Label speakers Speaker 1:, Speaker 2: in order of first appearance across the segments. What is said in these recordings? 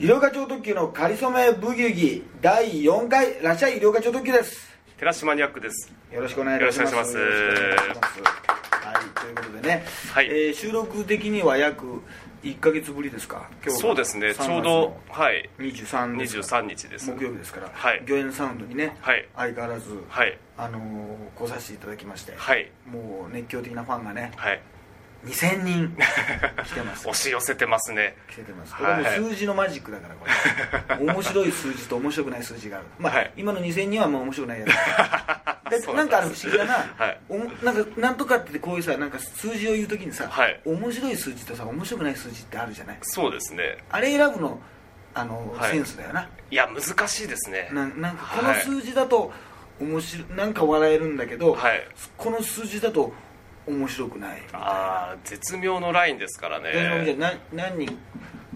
Speaker 1: 医療課長特急のかりそめブギウギ第4回らっしゃい医療課長特急です
Speaker 2: 寺島ニャックです
Speaker 1: よろしくお願いいたします
Speaker 2: よろしくお願いします
Speaker 1: はいということでね、
Speaker 2: はい
Speaker 1: えー収録的には約1か月ぶりですか今日が
Speaker 2: そうですねちょうどはい
Speaker 1: 23日
Speaker 2: 23日です
Speaker 1: 木曜日ですから、
Speaker 2: はい
Speaker 1: 御苑サウンドにね、
Speaker 2: はい
Speaker 1: 相変わらず、
Speaker 2: はい
Speaker 1: あのー来させていただきまして、
Speaker 2: はい
Speaker 1: もう熱狂的なファンがね
Speaker 2: はい
Speaker 1: 2000人来てます
Speaker 2: 押し寄せてますね
Speaker 1: 来ててますこれ
Speaker 2: はい
Speaker 1: も数字のマジックだからこれ 面白い数字と面白くない数字がある、まあ
Speaker 2: はい
Speaker 1: 今の2000人はもう面白くないや つ
Speaker 2: そ
Speaker 1: でな
Speaker 2: うなんん
Speaker 1: か
Speaker 2: だ
Speaker 1: あの不思議だな,、
Speaker 2: はい
Speaker 1: おもなんかなんとかってこういうさなんか数字を言う時にさ、
Speaker 2: はい
Speaker 1: 面白い数字とさ面白くない数字ってあるじゃない
Speaker 2: そうですね
Speaker 1: あれ選ぶのあの、
Speaker 2: はい
Speaker 1: センスだよない
Speaker 2: や難しいですね
Speaker 1: ななんかこの
Speaker 2: はい
Speaker 1: 数字だと面白いなんか笑えるんだけど、
Speaker 2: はい
Speaker 1: この数字だと面白くないみたいな
Speaker 2: ああ絶妙のラインですから
Speaker 1: でじゃ
Speaker 2: ね
Speaker 1: あな何人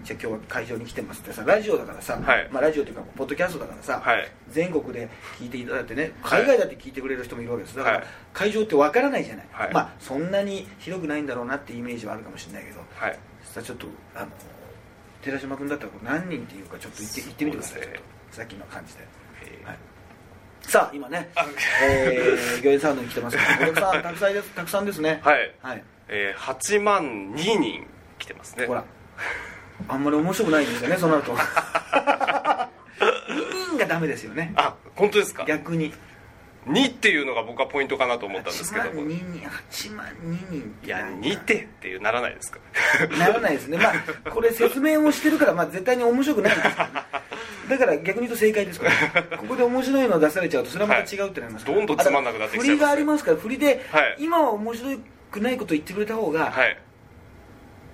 Speaker 1: じゃあ今日は会場に来てますってさラジオだからさ、
Speaker 2: はい
Speaker 1: まあ、ラジオというかポッドキャストだからさ、
Speaker 2: はい
Speaker 1: 全国で聞いていただいてね
Speaker 2: はい
Speaker 1: 海外だって聞いてくれる人もいるわけですだから、
Speaker 2: はい
Speaker 1: 会場ってわからないじゃない、
Speaker 2: はい
Speaker 1: まあそんなに広くないんだろうなってイメージはあるかもしれないけど
Speaker 2: はい
Speaker 1: さあちょっとあの寺島君だったらこれ何人っていうかちょっと言って言ってみてください、
Speaker 2: そうですね
Speaker 1: ちょっとさっきの感じで、
Speaker 2: えー
Speaker 1: はいさあ今ね
Speaker 2: あ
Speaker 1: えー、行列サウンドに来てますけど お客さんたくさんですたくさんですね
Speaker 2: はい
Speaker 1: はい
Speaker 2: えー8万2人来てますね
Speaker 1: ほらあんまり面白くないんですよねそうな るとうんがダメですよね
Speaker 2: あ本当ですか
Speaker 1: 逆に
Speaker 2: 2っていうのが僕はポイントかなと思ったんですけど
Speaker 1: 8万2人8万2人
Speaker 2: いや2ってっていうならないですか
Speaker 1: ならないですねまあこれ説明をしてるから、まあ、絶対に面白くないんですけどねだから逆に言うと正解ですからここで面白いの出されちゃうとそれはまた違うってなりますから、
Speaker 2: はいどんどんつまんなくなっ
Speaker 1: あだから
Speaker 2: てきちゃいますね
Speaker 1: 振りがありますから振りで、
Speaker 2: はい
Speaker 1: 今は面白くないこと言ってくれた方が、
Speaker 2: はい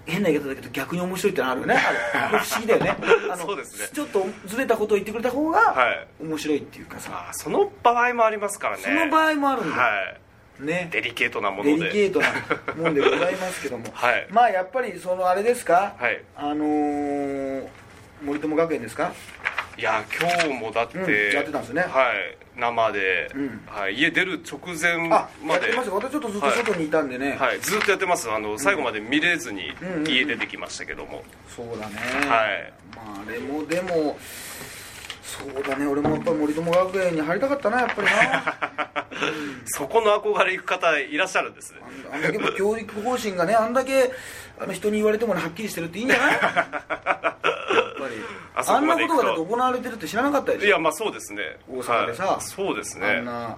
Speaker 1: 変な言い方だけど逆に面白いってのある よねあれ不思議だよねあの
Speaker 2: そうですね
Speaker 1: ちょっとずれたことを言ってくれた方が、
Speaker 2: はい
Speaker 1: 面白いっていうかさ
Speaker 2: あーその場合もありますからね
Speaker 1: その場合もあるんだ、
Speaker 2: はい
Speaker 1: ね
Speaker 2: デリケートなも
Speaker 1: デ
Speaker 2: の
Speaker 1: リ
Speaker 2: で
Speaker 1: ケートなもんでございますけども、
Speaker 2: はい
Speaker 1: まあやっぱりそのあれですか、
Speaker 2: はい
Speaker 1: あのー森友学園ですか
Speaker 2: いや今日もだって、
Speaker 1: うんやってたんですね
Speaker 2: はい生で、
Speaker 1: うん
Speaker 2: はい、家出る直前
Speaker 1: あ
Speaker 2: ま
Speaker 1: やっ
Speaker 2: で
Speaker 1: てました私ちょっとずっと外にいたんでね、
Speaker 2: はい、ずっとやってますあの最後まで見れずに
Speaker 1: んうんうん
Speaker 2: 家出てきましたけども、
Speaker 1: そうだね、
Speaker 2: はい
Speaker 1: まああれもでもそうだね俺もやっぱり森友学園に入りたかったなやっぱりな
Speaker 2: そこの憧れ行く方いらっしゃるんですね
Speaker 1: あんだけも教育方針がねあんだけあの人に言われてもねはっきりしてるっていいんじゃないやっぱり
Speaker 2: あそ
Speaker 1: あ
Speaker 2: こ
Speaker 1: ん
Speaker 2: ま
Speaker 1: な
Speaker 2: で
Speaker 1: こ
Speaker 2: 行
Speaker 1: と
Speaker 2: くと
Speaker 1: がだって行われてるって知らなかったでしょ
Speaker 2: いやまあそうですね
Speaker 1: 大阪でさ
Speaker 2: はいそうですね
Speaker 1: あんな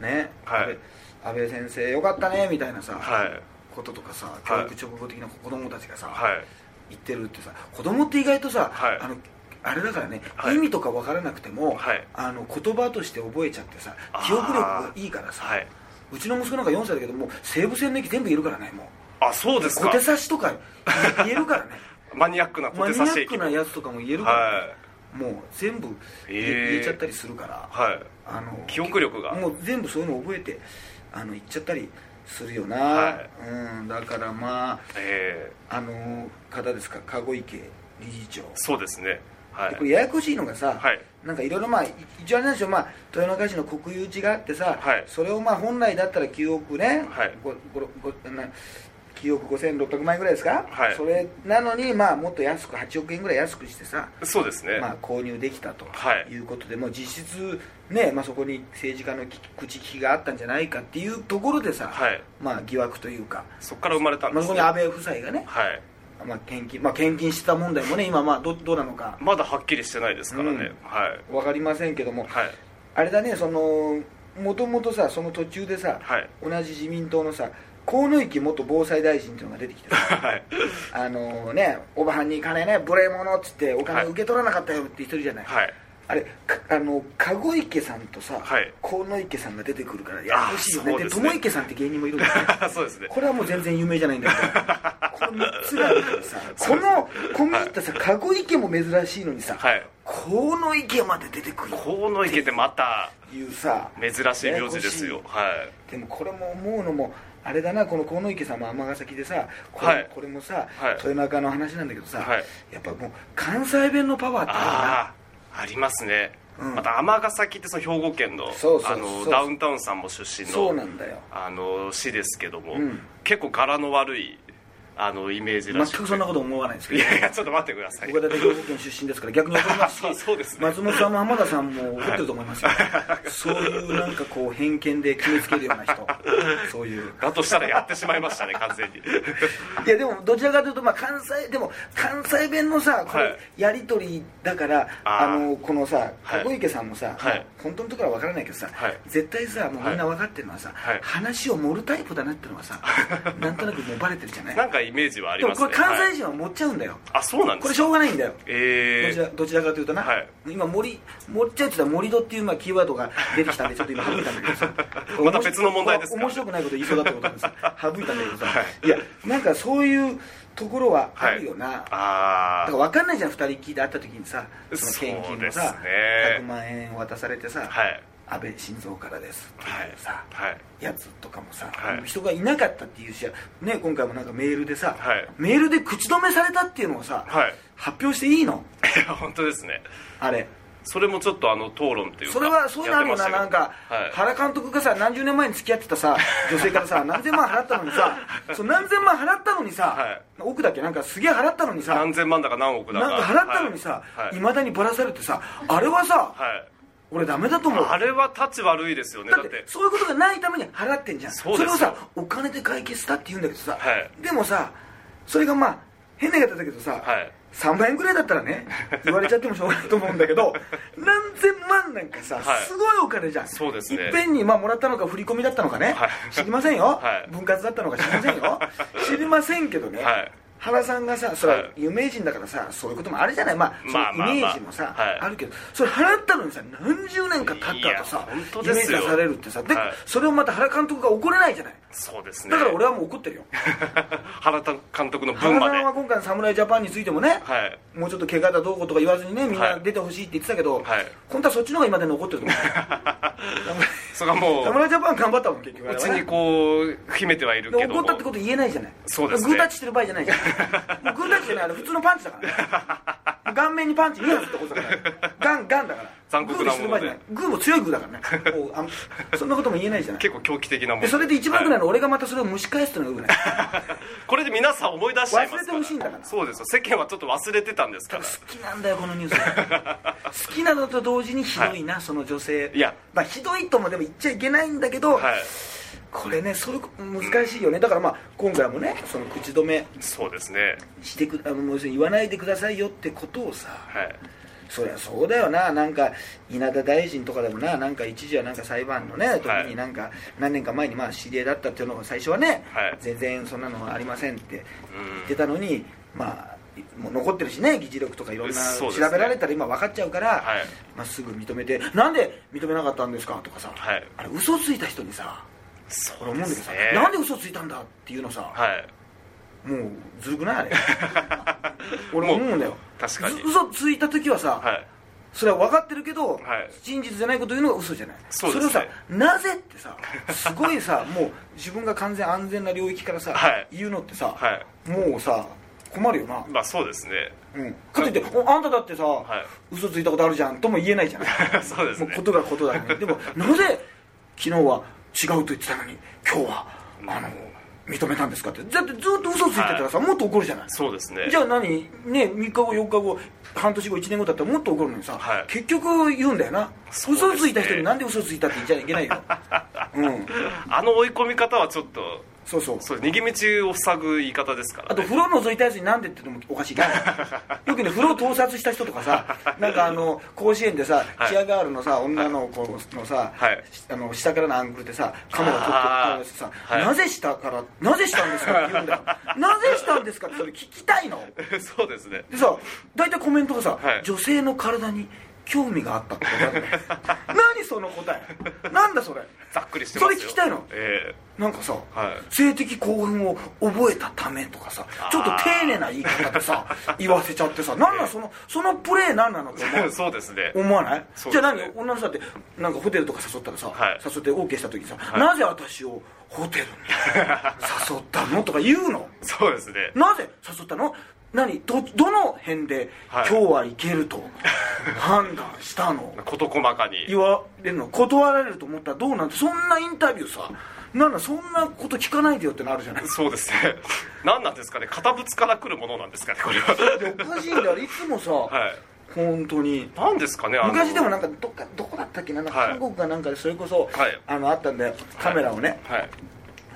Speaker 1: ね、
Speaker 2: はい
Speaker 1: 安倍安倍先生よかったねみたいなさ、
Speaker 2: はい
Speaker 1: こととかさ教
Speaker 2: はい
Speaker 1: 育直後的な子供たちがさ、
Speaker 2: はい
Speaker 1: 言ってるってさ子供って意外とさ、
Speaker 2: はい
Speaker 1: あのあれだからね、
Speaker 2: はい
Speaker 1: 意味とか分からなくても、
Speaker 2: はい
Speaker 1: あの言葉として覚えちゃってさ
Speaker 2: あー
Speaker 1: 記憶力がいいからさ、
Speaker 2: はいう
Speaker 1: ちの息子なんか4歳だけどもう西武線の駅全部いるからねもう
Speaker 2: あそうです
Speaker 1: 小
Speaker 2: か
Speaker 1: 手差しとか言える からね
Speaker 2: マニアックな小
Speaker 1: マ
Speaker 2: 手
Speaker 1: ニア
Speaker 2: 差し
Speaker 1: ッ
Speaker 2: 駅
Speaker 1: ク
Speaker 2: も
Speaker 1: な
Speaker 2: はい
Speaker 1: やつとかも言えるから、もう全部言え,、
Speaker 2: えー
Speaker 1: ちゃったりするから、
Speaker 2: はい
Speaker 1: あの
Speaker 2: 記憶力が
Speaker 1: もう全部そういうの覚えてあの行っちゃったりするよな、
Speaker 2: はい
Speaker 1: うん、だからま
Speaker 2: え
Speaker 1: ああの方ですか籠池理事長
Speaker 2: ー、そうですねはい
Speaker 1: でこれややこしいのがさ、
Speaker 2: はい
Speaker 1: なんかいろいろまあい一応あれなんでしょう、まあ、豊中市の国有地があってさ、
Speaker 2: はい
Speaker 1: それをまあ本来だったら9億ね、
Speaker 2: はい
Speaker 1: ごごごな9億5600万円ぐらいですか、
Speaker 2: はい
Speaker 1: それなのにまあもっと安く8億円ぐらい安くしてさ、
Speaker 2: そうですね、
Speaker 1: まあ、購入できたと
Speaker 2: はい
Speaker 1: いうことで、もう実質、ねまあ、そこに政治家のき口利きがあったんじゃないかっていうところでさ、
Speaker 2: はい
Speaker 1: まあ、疑惑というか、
Speaker 2: そこから生まれたん
Speaker 1: ま
Speaker 2: で
Speaker 1: あ、そ
Speaker 2: す
Speaker 1: こ
Speaker 2: ね、
Speaker 1: に安倍夫妻がね、
Speaker 2: はい
Speaker 1: まあ献金まあ、献金してた問題もね、今、まあど、どうなのか
Speaker 2: まだはっきりしてないですからね、
Speaker 1: うん
Speaker 2: はい
Speaker 1: 分かりませんけども、
Speaker 2: はい
Speaker 1: あれだね、そのもともとさ、その途中でさ、
Speaker 2: はい
Speaker 1: 同じ自民党のさ、河野幸元防災大臣というのが出てきて さ
Speaker 2: はい
Speaker 1: あのね、おばはんに金ね、無礼者っつって、お金受け取らなかったよって言ってるじゃない。
Speaker 2: はい
Speaker 1: あれかあの籠池さんとさ、
Speaker 2: はい
Speaker 1: 河野池さんが出てくるからややこしいよね
Speaker 2: あー
Speaker 1: で
Speaker 2: そうですね
Speaker 1: 友池さんって芸人もいるんですね
Speaker 2: そうですね
Speaker 1: これはもう全然有名じゃないんだけどこの3つがあるから さこのこういったさ籠池も珍しいのにさ、
Speaker 2: はい
Speaker 1: 河野池まで出てくる
Speaker 2: 河野池でまた
Speaker 1: っていうさ
Speaker 2: 珍しい名字ですよ
Speaker 1: ややこ
Speaker 2: はい
Speaker 1: しいでもこれも思うのもあれだなこの河野池さんも尼崎でさこれ,、
Speaker 2: はい
Speaker 1: これもさ、
Speaker 2: はい
Speaker 1: 豊中の話なんだけどさ、
Speaker 2: はい
Speaker 1: やっぱもう関西弁のパワーってあるよな
Speaker 2: ああありますね、
Speaker 1: うん
Speaker 2: また尼崎ってその兵庫県の
Speaker 1: そうそう
Speaker 2: あの
Speaker 1: そう
Speaker 2: ダウンタウンさんも出身の
Speaker 1: そうなんだよ
Speaker 2: あの市ですけども、
Speaker 1: うん
Speaker 2: 結構柄の悪いあのイメージら
Speaker 1: 全
Speaker 2: しく
Speaker 1: くそんなこと思わないんですけ
Speaker 2: い
Speaker 1: ど
Speaker 2: やいやちょっと待ってください
Speaker 1: 僕は大体兵庫県出身ですから逆に怒りますし
Speaker 2: そうそうですね
Speaker 1: 松本さんも浜田さんも怒ってる と思いますよ、そういうなんかこう偏見で決めつけるような人そういう
Speaker 2: だとしたらやってしまいましたね完全に
Speaker 1: いやでもどちらかというとまあ関西でも関西弁のさこ
Speaker 2: は
Speaker 1: れ
Speaker 2: い
Speaker 1: やり取りだから、
Speaker 2: あ
Speaker 1: あ
Speaker 2: ー
Speaker 1: のこのさ
Speaker 2: はい
Speaker 1: 籠池さんもさ、
Speaker 2: はい
Speaker 1: 本当のところは分からないけどさ、
Speaker 2: はい
Speaker 1: 絶対さもうみんな分かってるのはさ、
Speaker 2: はい
Speaker 1: 話を盛るタイプだなってのはさなんとなくもうバレてるじゃない
Speaker 2: なんかイメー ジはあり
Speaker 1: でも
Speaker 2: ます
Speaker 1: こ
Speaker 2: ね
Speaker 1: れ関
Speaker 2: はい
Speaker 1: 西人は盛っちゃうんだよ、
Speaker 2: あそうなんで
Speaker 1: これ
Speaker 2: す
Speaker 1: し
Speaker 2: か
Speaker 1: ょうがないんだよど
Speaker 2: え
Speaker 1: ち
Speaker 2: ー
Speaker 1: らどちらかというとな、
Speaker 2: はい
Speaker 1: 今森森っちゃうって言ったら森戸っていうまあキーワードが出てきたんでちょっと今省いたんだけどさ
Speaker 2: また別の問題ですか
Speaker 1: 面白くないこと言いそうだってこと です省いたんだけどさ、い、やなんかそういうところはあるよな、だ
Speaker 2: ああ
Speaker 1: から分かんないじゃん2人きりで会った時にさその献
Speaker 2: そう
Speaker 1: 金
Speaker 2: で
Speaker 1: の
Speaker 2: す
Speaker 1: さ、
Speaker 2: ね
Speaker 1: 100万円渡されてさ、
Speaker 2: はい
Speaker 1: 安倍晋三からですって
Speaker 2: はい
Speaker 1: いうさ、
Speaker 2: はい
Speaker 1: やつとかもさ、
Speaker 2: はい
Speaker 1: 人がいなかったっていうし、ね、今回もなんかメールでさ、
Speaker 2: はい
Speaker 1: メールで口止めされたっていうのをさ、
Speaker 2: はい
Speaker 1: 発表していいの
Speaker 2: いや本当ですね
Speaker 1: あれ
Speaker 2: それもちょっとあの討論っていうか
Speaker 1: それはそういうのあるよな、
Speaker 2: や
Speaker 1: な
Speaker 2: っ
Speaker 1: ん
Speaker 2: てま
Speaker 1: か、
Speaker 2: したけど
Speaker 1: 原監督がさ、何十年前に付き合ってたさ、女性から さ、何千万払ったのにさ、そう何千万払ったのにさ、
Speaker 2: はい
Speaker 1: 奥だっけ、なんかすげえ払ったのに
Speaker 2: はい、
Speaker 1: さ、
Speaker 2: 何千万だか何億だか
Speaker 1: なんか払ったのにさ、
Speaker 2: はいい
Speaker 1: まだにばらされてさ、あれはさ、
Speaker 2: はい
Speaker 1: 俺、ダメだと思う。
Speaker 2: あれは立ち悪いですよねだ
Speaker 1: だ
Speaker 2: っ
Speaker 1: っててそういうことがないために払ってんじゃん
Speaker 2: そうです
Speaker 1: れ
Speaker 2: よ
Speaker 1: をさお金で解決したって言うんだけどさ、
Speaker 2: はい
Speaker 1: でもさそれがまあ変な言い方だけどさ、
Speaker 2: はい
Speaker 1: 3万円ぐらいだったらね言われちゃってもしょうがないと思うんだけ ど何千万なんかさ、
Speaker 2: はい
Speaker 1: すごいお金じゃん
Speaker 2: そうですね
Speaker 1: いっぺんにまあもらったのか振り込みだったのかね、
Speaker 2: はい
Speaker 1: 知りませんよ、
Speaker 2: はい
Speaker 1: 分割だったのか知りません よ知りませんけどね、
Speaker 2: はい
Speaker 1: 原さんがさそれは
Speaker 2: はい
Speaker 1: 有名人だからさそういうこともあるじゃないまあそ
Speaker 2: まあまあまあ
Speaker 1: のイメージもさ、
Speaker 2: はい
Speaker 1: あるけどそれ払ったのにさ何十年か経った後さ
Speaker 2: いや本当
Speaker 1: イメー
Speaker 2: で
Speaker 1: ジ
Speaker 2: すよ
Speaker 1: がされるってさで、
Speaker 2: はい
Speaker 1: それをまた原監督が怒れないじゃない
Speaker 2: そうですね
Speaker 1: だから俺はもう怒ってるよ
Speaker 2: 原田監督の分
Speaker 1: 原
Speaker 2: ま
Speaker 1: さ
Speaker 2: で
Speaker 1: んは今回の侍ジャパンについてもね、
Speaker 2: はい
Speaker 1: もうちょっと怪我だどうこうとか言わずにねみん
Speaker 2: は
Speaker 1: ない出てほしいって言ってたけど、
Speaker 2: はい
Speaker 1: 本当はそっちの方が今でも怒ってると 思
Speaker 2: それがも
Speaker 1: う
Speaker 2: う
Speaker 1: 侍ジャパン頑張ったもん結局あ
Speaker 2: う
Speaker 1: れ
Speaker 2: ち
Speaker 1: はね
Speaker 2: にこう秘めてはいる
Speaker 1: で
Speaker 2: けど
Speaker 1: 怒
Speaker 2: も
Speaker 1: ったってこと言えないじゃない
Speaker 2: そうですね
Speaker 1: グータッチしてる場合じゃないじゃないもうグータッチじゃないあれ普通のパンチだから、ね、顔面にパンチ2発ってことだからガンガンだから
Speaker 2: 残酷な
Speaker 1: グーでしてる場合じゃないグーも強いグーだから ねおうあんそんなことも言えないじゃない
Speaker 2: 結構狂気的なもん
Speaker 1: でそれで一番ぐらい
Speaker 2: は
Speaker 1: の俺がまたそれを蒸し返すというのがうない
Speaker 2: これで皆さん思い出しちゃいますから
Speaker 1: 忘れてほしいんだから
Speaker 2: そうですよ世間はちょっと忘れてたんですから
Speaker 1: 好きなんだよこのニュ ース好きなのと同時にひどいな、その女性
Speaker 2: いや
Speaker 1: まあ、ひどいともでも言っちゃいけないんだけど、
Speaker 2: はい
Speaker 1: これねそれ難しいよねだからまあ今回もねその口止め
Speaker 2: そうですね
Speaker 1: してくあのもう要するに言わないでくださいよってことをさ
Speaker 2: はい
Speaker 1: そりゃそうだよななんか稲田大臣とかでもななんか一時はなんか裁判のね時になんか何年か前にまあ知り合いだったっていうのが最初はね、
Speaker 2: はい
Speaker 1: 全然そんなのはありませんって言って
Speaker 2: う
Speaker 1: たのに、まあもう残ってるしね議事録とかいろんな
Speaker 2: そう
Speaker 1: 調
Speaker 2: です
Speaker 1: べ
Speaker 2: ね
Speaker 1: られたら今分かっちゃうから、
Speaker 2: はい
Speaker 1: まあ、すぐ認めてなんで認めなかったんですかとかさ、
Speaker 2: はい
Speaker 1: あれ嘘ついた人にさ
Speaker 2: んそ
Speaker 1: 俺思うんだけどさ、
Speaker 2: ね
Speaker 1: なんで嘘ついたんだっていうのさ、
Speaker 2: はい
Speaker 1: もうずるくない あれ俺思うんだよ
Speaker 2: 確かに
Speaker 1: ず嘘ついた時はさ、
Speaker 2: はい
Speaker 1: それは分かってるけど、
Speaker 2: はい
Speaker 1: 真実じゃないこと言うのが嘘じゃない
Speaker 2: そうで
Speaker 1: れ
Speaker 2: すね
Speaker 1: をさなぜってさすごい さもう自分が完全安全な領域からさ、
Speaker 2: はい
Speaker 1: 言うのってさ、
Speaker 2: はい
Speaker 1: もうさ困るよな、
Speaker 2: まあそうですね
Speaker 1: うん、かといっておあんただってさ、嘘ついたことあるじゃんとも言えないじゃん
Speaker 2: そうです
Speaker 1: もう
Speaker 2: ね
Speaker 1: ことがことだ ねでもなぜ昨日は違うと言ってたのに今日はあの認めたんですかってだってずっと嘘ついてたらさ、もっと怒るじゃない
Speaker 2: そうですね
Speaker 1: じゃあ何ね3日後4日後半年後1年後だったらもっと怒るのにさ、
Speaker 2: はい
Speaker 1: 結局言うんだよな、
Speaker 2: そうですね
Speaker 1: 嘘ついた人になんで嘘ついたって言っちゃいけない ようん
Speaker 2: あの追い込み方はちょっと
Speaker 1: そうそう
Speaker 2: そう逃げ道を塞ぐ言い方ですから
Speaker 1: あと
Speaker 2: ね
Speaker 1: 風呂覗いたやつになんでってのもお かしいなよくね風呂を盗撮した人とかさなんかあの甲子園でさ、
Speaker 2: はい
Speaker 1: チアガールのさ女の子のさ、
Speaker 2: はい
Speaker 1: あの下からのアングルでさカメラ撮って撮ってさ、
Speaker 2: あーはい
Speaker 1: なぜ下からなぜしたんですかって言うんだ よなぜしたんですかってそれ聞きたいの
Speaker 2: そうですね
Speaker 1: でさ大体コメントがさ、
Speaker 2: はい
Speaker 1: 女性の体に興味があったって答 えだよ何その答えなんだそれ
Speaker 2: ざっくりしてますよ
Speaker 1: それ聞きたいの
Speaker 2: え
Speaker 1: なんかさ、
Speaker 2: はい
Speaker 1: 性的興奮を覚えたためとかさちょっと丁寧な言い方で さ言わせちゃってさなんなんそのそのプレーなんなのって
Speaker 2: え そうですね
Speaker 1: 思う思わない、
Speaker 2: そう
Speaker 1: じ
Speaker 2: で
Speaker 1: ゃ
Speaker 2: すね
Speaker 1: あ何女の人だってなんかホテルとか誘ったらさ、
Speaker 2: はい
Speaker 1: 誘って OK した時にさ、なぜ私をホテルに誘ったのとか言うの
Speaker 2: そうですね
Speaker 1: なぜ誘ったの何どどの辺で
Speaker 2: は
Speaker 1: 今
Speaker 2: い
Speaker 1: 日はいけると判断したの
Speaker 2: 事細かに
Speaker 1: 言われるの断られると思ったらどうなんてそんなインタビューさなんだそんなこと聞かないでよってのあるじゃない
Speaker 2: そうですね 何なんですかね堅物から来るものなんですかねこれは
Speaker 1: でお かしいんだよいつもさ、
Speaker 2: はい
Speaker 1: 本当に
Speaker 2: 何ですかねあの
Speaker 1: 昔でもなんかどっかどこだったっけななんか
Speaker 2: はい
Speaker 1: 韓国かなんかでそれこそ、
Speaker 2: はい
Speaker 1: あのあったんだよカメラをね、
Speaker 2: はい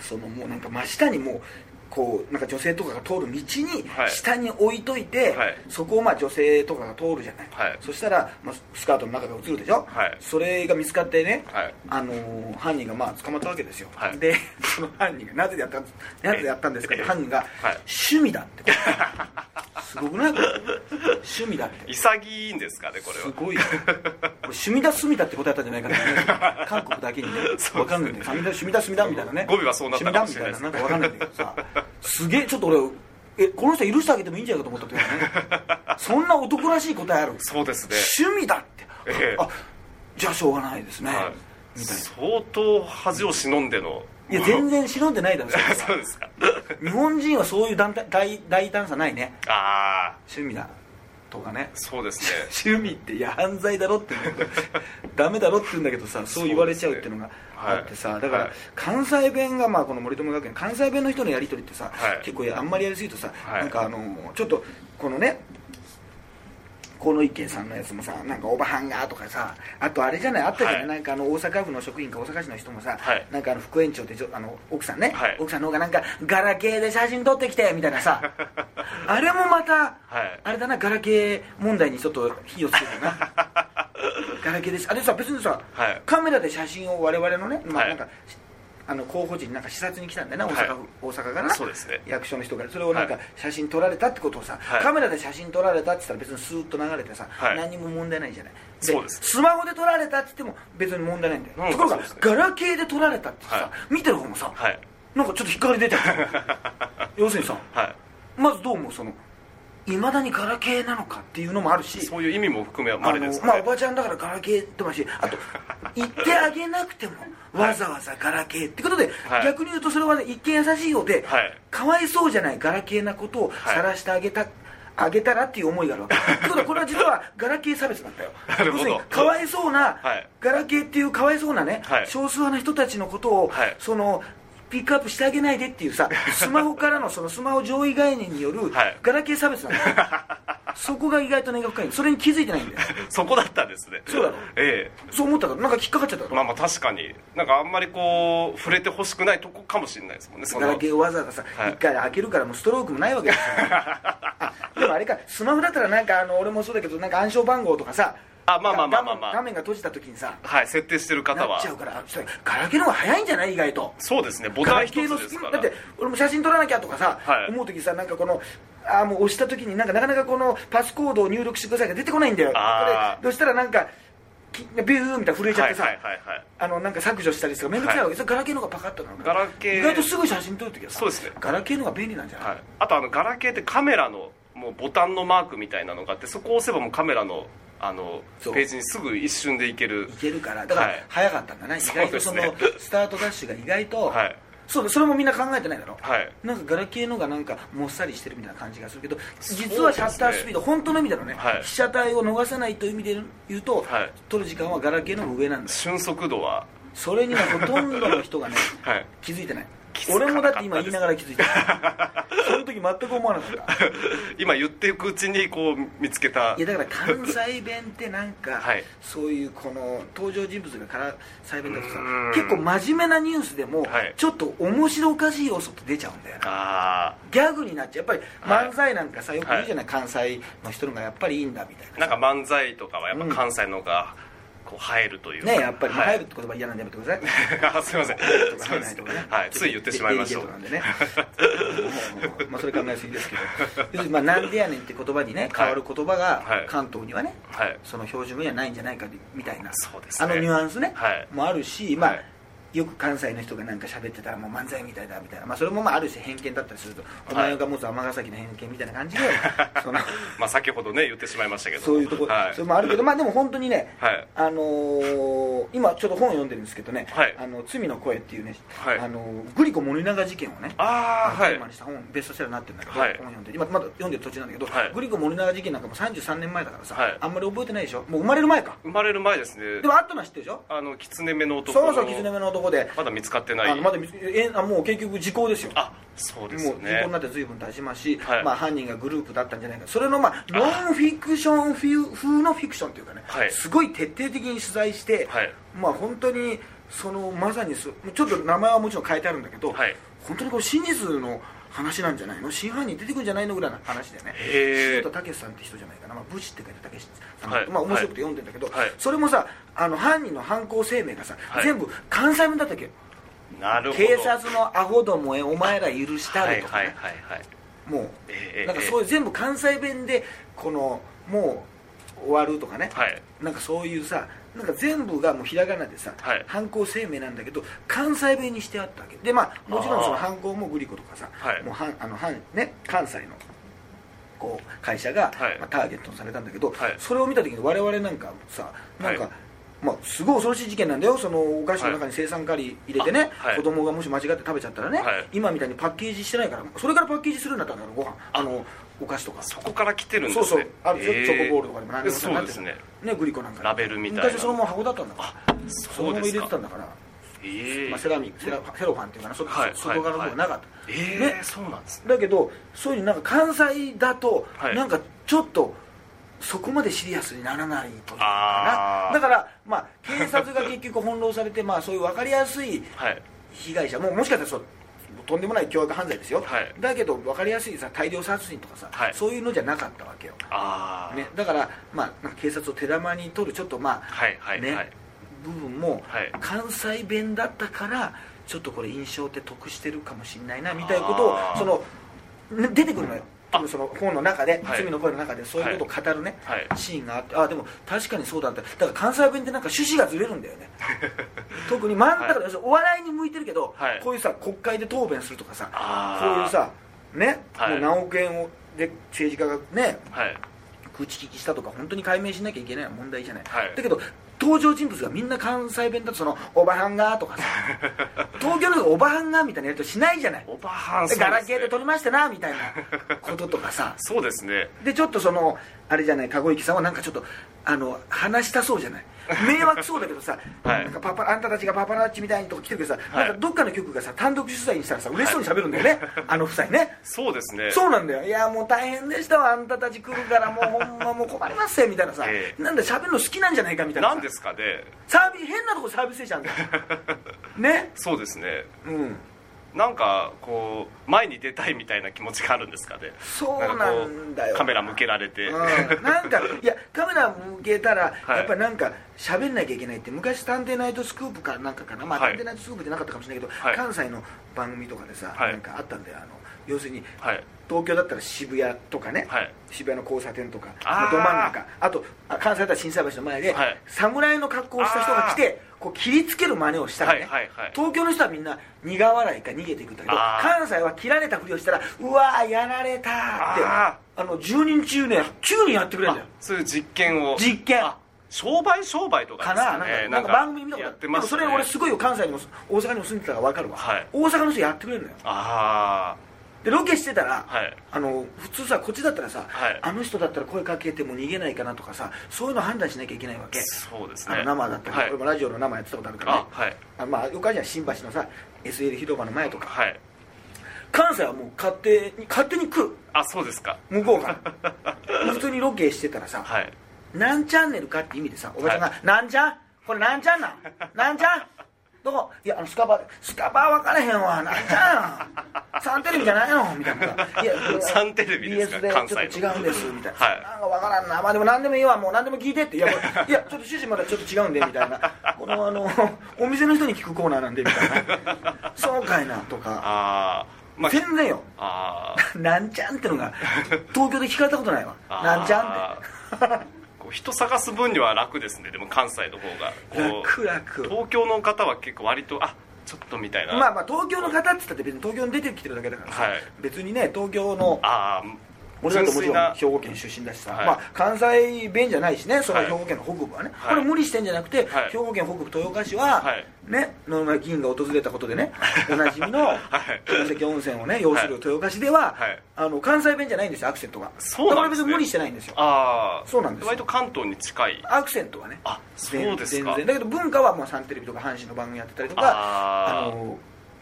Speaker 1: そのもうなんか真下にもうこうなんか女性とかが通る道に
Speaker 2: はい
Speaker 1: 下に置いといて、
Speaker 2: はい
Speaker 1: そこをまあ女性とかが通るじゃない、
Speaker 2: はい
Speaker 1: そしたら、まあ、スカートの中が映るでしょ、
Speaker 2: はい
Speaker 1: それが見つかってね、
Speaker 2: はい
Speaker 1: あのー犯人がまあ捕まったわけですよ、
Speaker 2: はい
Speaker 1: でその犯人がなぜやったんなぜやったんですかって犯人が、
Speaker 2: はい
Speaker 1: 趣味だってすごくないこれ趣味だって
Speaker 2: 潔いんですかねこれ
Speaker 1: す
Speaker 2: は
Speaker 1: ごいよ俺シュミダスミダって答えたんじゃないかな、ね、韓国だけにねわかんないんだよシュミダシュミダスミダみたいなね
Speaker 2: 語尾はそうなったかもしれない
Speaker 1: シ
Speaker 2: で
Speaker 1: ュ
Speaker 2: す
Speaker 1: ミダみたいななんかわかんないんだけどさすげえちょっと俺えこの人許してあげてもいいんじゃないかと思った けどねそんな男らしい答えある
Speaker 2: そうですね
Speaker 1: 趣味だって、
Speaker 2: ええ
Speaker 1: あじゃあしょうがないですね、
Speaker 2: はい
Speaker 1: みたいな
Speaker 2: 相当恥を忍んでの
Speaker 1: いや全然忍んでないだろそれ
Speaker 2: そうですか
Speaker 1: 日本人はそういう大胆大大胆さないね
Speaker 2: ああ
Speaker 1: 趣味だとかね
Speaker 2: そうですね
Speaker 1: 趣味っていや犯罪だろって言うんだけどダメだろって言うんだけどさそう言われちゃうっていうのがあってさ、
Speaker 2: そ
Speaker 1: だ
Speaker 2: うですね
Speaker 1: か
Speaker 2: はい
Speaker 1: ら
Speaker 2: はい
Speaker 1: 関西弁がまあこの森友学園関西弁の人のやり取りってさ、
Speaker 2: はい
Speaker 1: 結構あんまりやりすぎるとさ、
Speaker 2: はい
Speaker 1: なんかあのちょっとこのね河野池さんのやつもさなんかおばはんがとかさあとあれじゃないあったじゃない、
Speaker 2: はい
Speaker 1: なんかあの大阪府の職員か大阪市の人もさ、
Speaker 2: はい
Speaker 1: なんかあの副園長ってちょあの奥さんね、
Speaker 2: はい
Speaker 1: 奥さんの方がなんかガラケーで写真撮ってきてみたいなさ あれもまた
Speaker 2: はい
Speaker 1: あれだなガラケー問題にちょっと火をつけてな ガラケーですあれさ別にさ、
Speaker 2: はい
Speaker 1: カメラで写真を我々のね、まあ、
Speaker 2: はい
Speaker 1: なんか、あの候補地になんか視察に来たんだよな大
Speaker 2: はい
Speaker 1: 阪,、大阪からな
Speaker 2: そうですね
Speaker 1: 役所の人からそれをなんか
Speaker 2: はい
Speaker 1: 写真撮られたってことをさ、
Speaker 2: はい
Speaker 1: カメラで写真撮られたって言ったら別にスーッと流れてさ、
Speaker 2: はい
Speaker 1: 何にも問題ないじゃない
Speaker 2: そうです
Speaker 1: スマホで撮られたって言っても別に問題ないんだよ、
Speaker 2: なん
Speaker 1: と
Speaker 2: か
Speaker 1: ころが、
Speaker 2: そうですね
Speaker 1: ガラケーで撮られたってさ、
Speaker 2: は
Speaker 1: 見てる方もさ、
Speaker 2: はい
Speaker 1: なんかちょっと引っかかり出てる 要するにさ
Speaker 2: は
Speaker 1: まずどうもそのいまだにガラケーなのかっていうのもあるし
Speaker 2: いそういう意味も含めは
Speaker 1: あ
Speaker 2: まれで
Speaker 1: の
Speaker 2: す
Speaker 1: まあお
Speaker 2: かね
Speaker 1: ばちゃんだからガラケーってましあ と言ってあげなくてもわざわざガラケーってことで、
Speaker 2: はい
Speaker 1: 逆に言うとそれはね一見優しいようで、
Speaker 2: はい
Speaker 1: かわいそうじゃないガラケーなことを
Speaker 2: はい
Speaker 1: 晒してあげた、あげたらっていう思いがあるわ けってことはこれは実はガラケー差別なんだよ
Speaker 2: なる
Speaker 1: 要
Speaker 2: ほど
Speaker 1: するにかわいそうな、
Speaker 2: はい
Speaker 1: ガラケーっていうかわいそうなね、
Speaker 2: はい
Speaker 1: 少数派の人たちのことを、
Speaker 2: はい
Speaker 1: そのピックアップしてあげないでっていう さスマホからのそのスマホ上位概念による、
Speaker 2: はい
Speaker 1: ガラケー差 別なんだよそこが意外と根が深いそれに気づいてないんだよ
Speaker 2: そこだったんですね
Speaker 1: そうだろ
Speaker 2: ええ
Speaker 1: そう思ったからなんか引っかかっちゃったから、
Speaker 2: まあまあ確かになんかあんまりこう触れてほしくないとこかもしれないですもんねそ
Speaker 1: ガ
Speaker 2: の
Speaker 1: ラケーをわざわざさ、一
Speaker 2: はい
Speaker 1: 回開けるからもうストロークもないわけです よあでもあれかスマホだったらなんかあの俺もそうだけどなんか暗証番号とかさ
Speaker 2: あまあまあまあま
Speaker 1: 画
Speaker 2: あ
Speaker 1: 面
Speaker 2: まあ
Speaker 1: 画面が閉じた時にさ
Speaker 2: はい設定してる
Speaker 1: な
Speaker 2: 方
Speaker 1: っ
Speaker 2: は
Speaker 1: ちゃうからそれガラケーの方が早いんじゃない意外と
Speaker 2: そうですねボ
Speaker 1: ガ
Speaker 2: タン
Speaker 1: ラ
Speaker 2: 一
Speaker 1: ケーの
Speaker 2: つで
Speaker 1: 隙
Speaker 2: す
Speaker 1: 間
Speaker 2: か
Speaker 1: だっ
Speaker 2: ら
Speaker 1: て俺も写真撮らなきゃとかさ、
Speaker 2: はい
Speaker 1: 思う時さなんかこのあーもう押した時になんかなかなかこのパスコードを入力してくださいが出てこないんだよ
Speaker 2: あー
Speaker 1: これそしたらなんかきビューみたいな震えちゃっ
Speaker 2: は
Speaker 1: て
Speaker 2: い
Speaker 1: さ、
Speaker 2: はいはいはい
Speaker 1: あのなんか削除したりとか面倒くさいわけですよ、ガラケーの方がパカッとなるから
Speaker 2: ガラケー
Speaker 1: 意外とすぐ写真撮るときはさ
Speaker 2: そうですね
Speaker 1: ガラケーの方が便利なんじゃない、
Speaker 2: はい、あとあのガラケーってカメラのもうボタンのマークみたいなのがあってそこを押せばもうカメラのあの
Speaker 1: そう
Speaker 2: ページにすぐ一瞬でいける
Speaker 1: いけるからだから
Speaker 2: はい
Speaker 1: 早かったんだね、意外とその
Speaker 2: そうですね
Speaker 1: スタートダッシュが意外と、
Speaker 2: はい
Speaker 1: そうだそれもみんな考えてないだろ、
Speaker 2: はい
Speaker 1: なんかガラケーのがなんかもっさりしてるみたいな感じがするけど
Speaker 2: そうですね
Speaker 1: 実はシャッタースピード、本当の意味だろうね、
Speaker 2: はい
Speaker 1: 被写体を逃さないという意味で言うと、
Speaker 2: はい
Speaker 1: 撮る時間はガラケーの方が上なんだよ
Speaker 2: 瞬速度は
Speaker 1: それにはほとんどの人が ね
Speaker 2: はい
Speaker 1: 気づいてない
Speaker 2: 気づかなかったです
Speaker 1: 俺もだって今言いながら気 づいてないその時全く思わなかった
Speaker 2: 今言っていくうちにこう見つけた
Speaker 1: いやだから関西弁ってなんか、
Speaker 2: はい
Speaker 1: そういうこの登場人物が関西弁だとさ
Speaker 2: うーん
Speaker 1: 結構真面目なニュースでも、
Speaker 2: はい
Speaker 1: ちょっと面白おかしい要素って出ちゃうんだよな
Speaker 2: あ
Speaker 1: ギャグになっちゃうやっぱ
Speaker 2: は
Speaker 1: り
Speaker 2: い
Speaker 1: 漫才なんかさよく言うじゃない、関西の人のがやっぱりいいんだみたい
Speaker 2: ー
Speaker 1: な
Speaker 2: な
Speaker 1: さ
Speaker 2: んか漫才とかはやっぱ関西の方がこう入るというか
Speaker 1: ねやっぱり、まあ
Speaker 2: は
Speaker 1: 入
Speaker 2: い
Speaker 1: るって言葉嫌なんでやめてください
Speaker 2: あすいませんそうですねはいつい言ってしまいました
Speaker 1: たなんでねもうまあそれ考えすぎですけど要す るにまあなんでやねんって言葉にね変わる言葉が
Speaker 2: はい
Speaker 1: 関東にはね、
Speaker 2: はい
Speaker 1: その標準語にはないんじゃないかみたいな
Speaker 2: そうですね
Speaker 1: あのニュアンスね、
Speaker 2: はい
Speaker 1: もあるし、まあ
Speaker 2: はい
Speaker 1: よく関西の人がなんか喋ってたらもう漫才みたいだみたいな、まあ、それもまあある種偏見だったりすると、お前が持つ尼崎の偏見みたいな感じ でその
Speaker 2: まあ先ほどね言ってしまいましたけど
Speaker 1: そういうとこ、
Speaker 2: はい
Speaker 1: それもあるけど、まあ、でも本当にね、
Speaker 2: はい
Speaker 1: あのー今ちょっと本読んでるんですけどね「
Speaker 2: はい
Speaker 1: あの罪の声」っていうね、
Speaker 2: はい
Speaker 1: あのーグリコ森永事件をね
Speaker 2: ああは
Speaker 1: テ
Speaker 2: い
Speaker 1: ーマにした本、ベストセラーになってるんだけど、
Speaker 2: はい
Speaker 1: 本読んで今まだ読んでる途中なんだけど、
Speaker 2: はい
Speaker 1: グリコ森永事件なんかも33年前だからさ、
Speaker 2: はい
Speaker 1: あんまり覚えてないでしょもう生まれる前か
Speaker 2: 生まれる前ですね
Speaker 1: でもあったのは知ってるでしょ
Speaker 2: あの狐目の男
Speaker 1: そ
Speaker 2: の
Speaker 1: うそう狐目の男こで
Speaker 2: まだ見つかってない
Speaker 1: あのまだ見つえあもう結局時効ですよ
Speaker 2: あそうです
Speaker 1: もう時効
Speaker 2: ね
Speaker 1: になって随分経ちますし、
Speaker 2: はい
Speaker 1: まあ、犯人がグループだったんじゃないかそれの、まあ、ノンフィクションフィ風のフィクションというかね、
Speaker 2: はい
Speaker 1: すごい徹底的に取材して、
Speaker 2: はい
Speaker 1: まあ、本当にそのまさにそちょっと名前はもちろん変えてあるんだけど、
Speaker 2: はい
Speaker 1: 本当にこれ真実の話なんじゃないの真犯人出てくるんじゃないのぐらいの話でね
Speaker 2: へー
Speaker 1: たけしさんって人じゃないかな、まあ、武士って書いてたけしです、
Speaker 2: はい
Speaker 1: まあ、面白くて読んでんだけど、
Speaker 2: はい
Speaker 1: それもさあの犯人の犯行声明がさ、
Speaker 2: はい
Speaker 1: 全部関西弁だったっけ
Speaker 2: なるほど
Speaker 1: 警察のアホどもへお前ら許した
Speaker 2: は
Speaker 1: る
Speaker 2: い
Speaker 1: とか
Speaker 2: は
Speaker 1: ね、
Speaker 2: いはいはい
Speaker 1: も
Speaker 2: ええ
Speaker 1: うなんかそういう全部関西弁でこのもう終わるとかね、
Speaker 2: はい
Speaker 1: なんかそういうさなんか全部がもうひらがなでさ、
Speaker 2: はい
Speaker 1: 犯行声明なんだけど関西弁にしてあったわけでまあもちろんその
Speaker 2: あー
Speaker 1: 犯行もグリコとかさ、
Speaker 2: はい
Speaker 1: もうはんあのはんね関西のこう会社が、
Speaker 2: はい
Speaker 1: まあ、ターゲットにされたんだけど、
Speaker 2: はい
Speaker 1: それを見た時に我々なんかさなんか、
Speaker 2: はい
Speaker 1: まあ、すごい恐ろしい事件なんだよそのお菓子の中に青酸カリ入れてね、
Speaker 2: あはい
Speaker 1: 子供がもし間違って食べちゃったらね、
Speaker 2: はい
Speaker 1: 今みたいにパッケージしてないからそれからパッケージするんだったんだからご飯あのお菓子とか
Speaker 2: そこから来てるんです
Speaker 1: そう
Speaker 2: ね
Speaker 1: そうあるでしょ
Speaker 2: え
Speaker 1: チョコボールとかでも何でも
Speaker 2: そうですね
Speaker 1: ねグリコなんか
Speaker 2: ラベルみたいな
Speaker 1: 昔そのまま箱だったんだからそ
Speaker 2: そ
Speaker 1: の
Speaker 2: う
Speaker 1: ま
Speaker 2: で
Speaker 1: ます入れ
Speaker 2: か
Speaker 1: てたんだから、
Speaker 2: ええ
Speaker 1: まあ、セラミックセラセロファンっていうかなそ、
Speaker 2: はい
Speaker 1: そ外側の方がなかった、
Speaker 2: ええ
Speaker 1: ね
Speaker 2: そうなんですね
Speaker 1: だけどそういうなんか関西だと、
Speaker 2: はい
Speaker 1: なんかちょっとそこまでシリアスにならないというか
Speaker 2: あー
Speaker 1: なだから、まあ、警察が結局翻弄されてまあそういう分かりやすい
Speaker 2: はい
Speaker 1: 被害者もうもしかしたらそうとんでもない凶悪犯罪ですよ、
Speaker 2: はい
Speaker 1: だけど分かりやすいさ大量殺人とかさ、
Speaker 2: はい
Speaker 1: そういうのじゃなかったわけよ、
Speaker 2: ああ
Speaker 1: ね、だから、まあ、なんか警察を手玉に取るちょっとまあ、
Speaker 2: はいはいはい、
Speaker 1: ね部分も
Speaker 2: はい
Speaker 1: 関西弁だったからちょっとこれ印象って得してるかもしれないなみたいなことを
Speaker 2: あー
Speaker 1: そのね出てくるのよ
Speaker 2: あ
Speaker 1: 多分その本の中で「
Speaker 2: はい
Speaker 1: 罪の声」の中でそういうことを語るね、
Speaker 2: はい
Speaker 1: シーンがあってあでも確かにそうだっただから関西弁ってなんか趣旨がずれるんだよ ね特に真ん中で、お笑いに向いてるけど、
Speaker 2: はい
Speaker 1: こういうさ国会で答弁するとかさ
Speaker 2: あ
Speaker 1: こ
Speaker 2: ー
Speaker 1: ういうさね、
Speaker 2: はい
Speaker 1: もう何億円をで政治家がね
Speaker 2: はい
Speaker 1: 口利きしたとか本当に解明しなきゃいけない問題じゃない、
Speaker 2: はい
Speaker 1: だけど登場人物がみんな関西弁だとその「おばはんが」と かさ東京の人がおばはんが」みたいなやりとしないじゃない
Speaker 2: オバハン
Speaker 1: で
Speaker 2: さん
Speaker 1: ガラケーで撮りましたなみたい なこととかさ
Speaker 2: そうですね
Speaker 1: でちょっとそのあれじゃない籠池さんはなんかちょっとあの話したそうじゃ ない迷惑そうだけどさ、
Speaker 2: はい
Speaker 1: なんかパパあんたたちがパパラッチみたいにとか来てるけどさ、
Speaker 2: はい
Speaker 1: なんかどっかの局がさ単独取材にしたらさ嬉しそうに喋るんだ よね、あの夫妻ね
Speaker 2: そうですね
Speaker 1: そうなんだよいやもう大変でしたわあんたたち来るからもうほんまもう困りますよみたいなさ、
Speaker 2: ええ
Speaker 1: なんで喋るの好きなんじゃないかみたいなさ
Speaker 2: なんですかね
Speaker 1: サービス変なとこサービス精神あるんだよね
Speaker 2: そうですね
Speaker 1: うん
Speaker 2: なんかこう前に出たいみたいな気持ちがあるんですかね
Speaker 1: そうなんだよ
Speaker 2: かこうカメラ向けられて、
Speaker 1: うん、なんかいやカメラ向けたら、
Speaker 2: はい
Speaker 1: やっぱなんか喋んなきゃいけないって昔「探偵ナイトスクープ」かなんかかな、まあ
Speaker 2: はい
Speaker 1: 探偵ナイトスクープじゃなかったかもしれないけど、
Speaker 2: はい
Speaker 1: 関西の番組とかでさ、
Speaker 2: はい
Speaker 1: なんかあったんだよあの要するに
Speaker 2: はい
Speaker 1: 東京だったら渋谷とかね、
Speaker 2: はい
Speaker 1: 渋谷の交差点とか
Speaker 2: あー
Speaker 1: ど真ん中あとあ関西だったら心斎橋の前で、
Speaker 2: はい
Speaker 1: 侍の格好をした人が来てこう切りつける真似をしたらね、
Speaker 2: はいはいはい
Speaker 1: 東京の人はみんな苦笑いか逃げていくんだけど
Speaker 2: あー
Speaker 1: 関西は切られたふりをしたらうわーやられたーってあ
Speaker 2: あ
Speaker 1: の10人中ね9人やってくれるんだよ
Speaker 2: そういう実験を
Speaker 1: 実験
Speaker 2: あ商売商売と
Speaker 1: か
Speaker 2: かです
Speaker 1: なな
Speaker 2: か
Speaker 1: んか,、
Speaker 2: ね
Speaker 1: なんか番組見たこと
Speaker 2: や
Speaker 1: あ
Speaker 2: っ
Speaker 1: る
Speaker 2: てます、ね、
Speaker 1: でもそれ俺すごいよ関西にも大阪にも住んでたから分かるわ、
Speaker 2: はい
Speaker 1: 大阪の人やってくれるのよ
Speaker 2: あ
Speaker 1: でロケしてたら、
Speaker 2: はい
Speaker 1: あの普通さこっちだったらさ、
Speaker 2: はい
Speaker 1: あの人だったら声かけても逃げないかなとかさそういうの判断しなきゃいけないわ
Speaker 2: あ
Speaker 1: け
Speaker 2: そうです
Speaker 1: あ
Speaker 2: ね
Speaker 1: の生だったり、
Speaker 2: はい
Speaker 1: 俺もラジオの生やってたことあるからね
Speaker 2: あはい
Speaker 1: あまあよくあるじゃん新橋のさ SL 広場の前とか
Speaker 2: はい
Speaker 1: 関西はもう勝手に勝手に来る
Speaker 2: あそうですか
Speaker 1: 向こうが 普通にロケしてたらさ、
Speaker 2: はい
Speaker 1: 何チャンネルかって意味でさおばちゃんが「
Speaker 2: は
Speaker 1: なんちゃんこれなんちゃんなんなんちゃんどこいやあのスカパースカパー分からへんわなんちゃんサンテレビじゃないの」みたいな「いや
Speaker 2: サンテレビですか
Speaker 1: BS で
Speaker 2: 関
Speaker 1: ちょっ
Speaker 2: 西
Speaker 1: と違
Speaker 2: の
Speaker 1: うんです」みたいな「
Speaker 2: はい
Speaker 1: なんか分からんなまあでも何でもいいわもう何でも聞いて」って「いやもういやちょっと趣旨まだちょっと違うんで」みたいな「このあのお店の人に聞くコーナーなんで」みたいな「そうかいな」とか
Speaker 2: ああまあ
Speaker 1: 全然よ
Speaker 2: あ
Speaker 1: なんちゃんってのが東京で聞かれたことないわ
Speaker 2: あ
Speaker 1: なんちゃんって
Speaker 2: こう人探す分には楽ですねでも関西の方がこう
Speaker 1: 楽楽
Speaker 2: 東京の方は結構割とあちょっとみたいな、
Speaker 1: まあまあ東京の方って言ったって別に東京に出てきてるだけだからさ、
Speaker 2: はい
Speaker 1: 別にね東京の
Speaker 2: ああ
Speaker 1: 俺だってもち
Speaker 2: 純
Speaker 1: ろ
Speaker 2: 粋
Speaker 1: ん
Speaker 2: な
Speaker 1: 兵庫県出身だしさ、
Speaker 2: はい
Speaker 1: まあ、関西弁じゃないしねそれは
Speaker 2: は
Speaker 1: 兵
Speaker 2: い
Speaker 1: 庫県の北部はね、
Speaker 2: はい
Speaker 1: これ無理してんじゃなくて、
Speaker 2: はい
Speaker 1: 兵庫県北部豊岡市は、
Speaker 2: はい
Speaker 1: ね野々村議員が訪れたことでねおなじみ の
Speaker 2: い
Speaker 1: 城崎温泉をね要する豊岡市では、
Speaker 2: はい
Speaker 1: あの関西弁じゃないんですよアクセントが
Speaker 2: そうなんです
Speaker 1: だから別
Speaker 2: ね
Speaker 1: に無理してないんですよ
Speaker 2: ああ
Speaker 1: そうなんですよ
Speaker 2: 割と関東に近い
Speaker 1: アクセントはね
Speaker 2: あそうですか
Speaker 1: 全然だけど文化はもうサンテレビとか阪神の番組やってたりとか
Speaker 2: あー
Speaker 1: の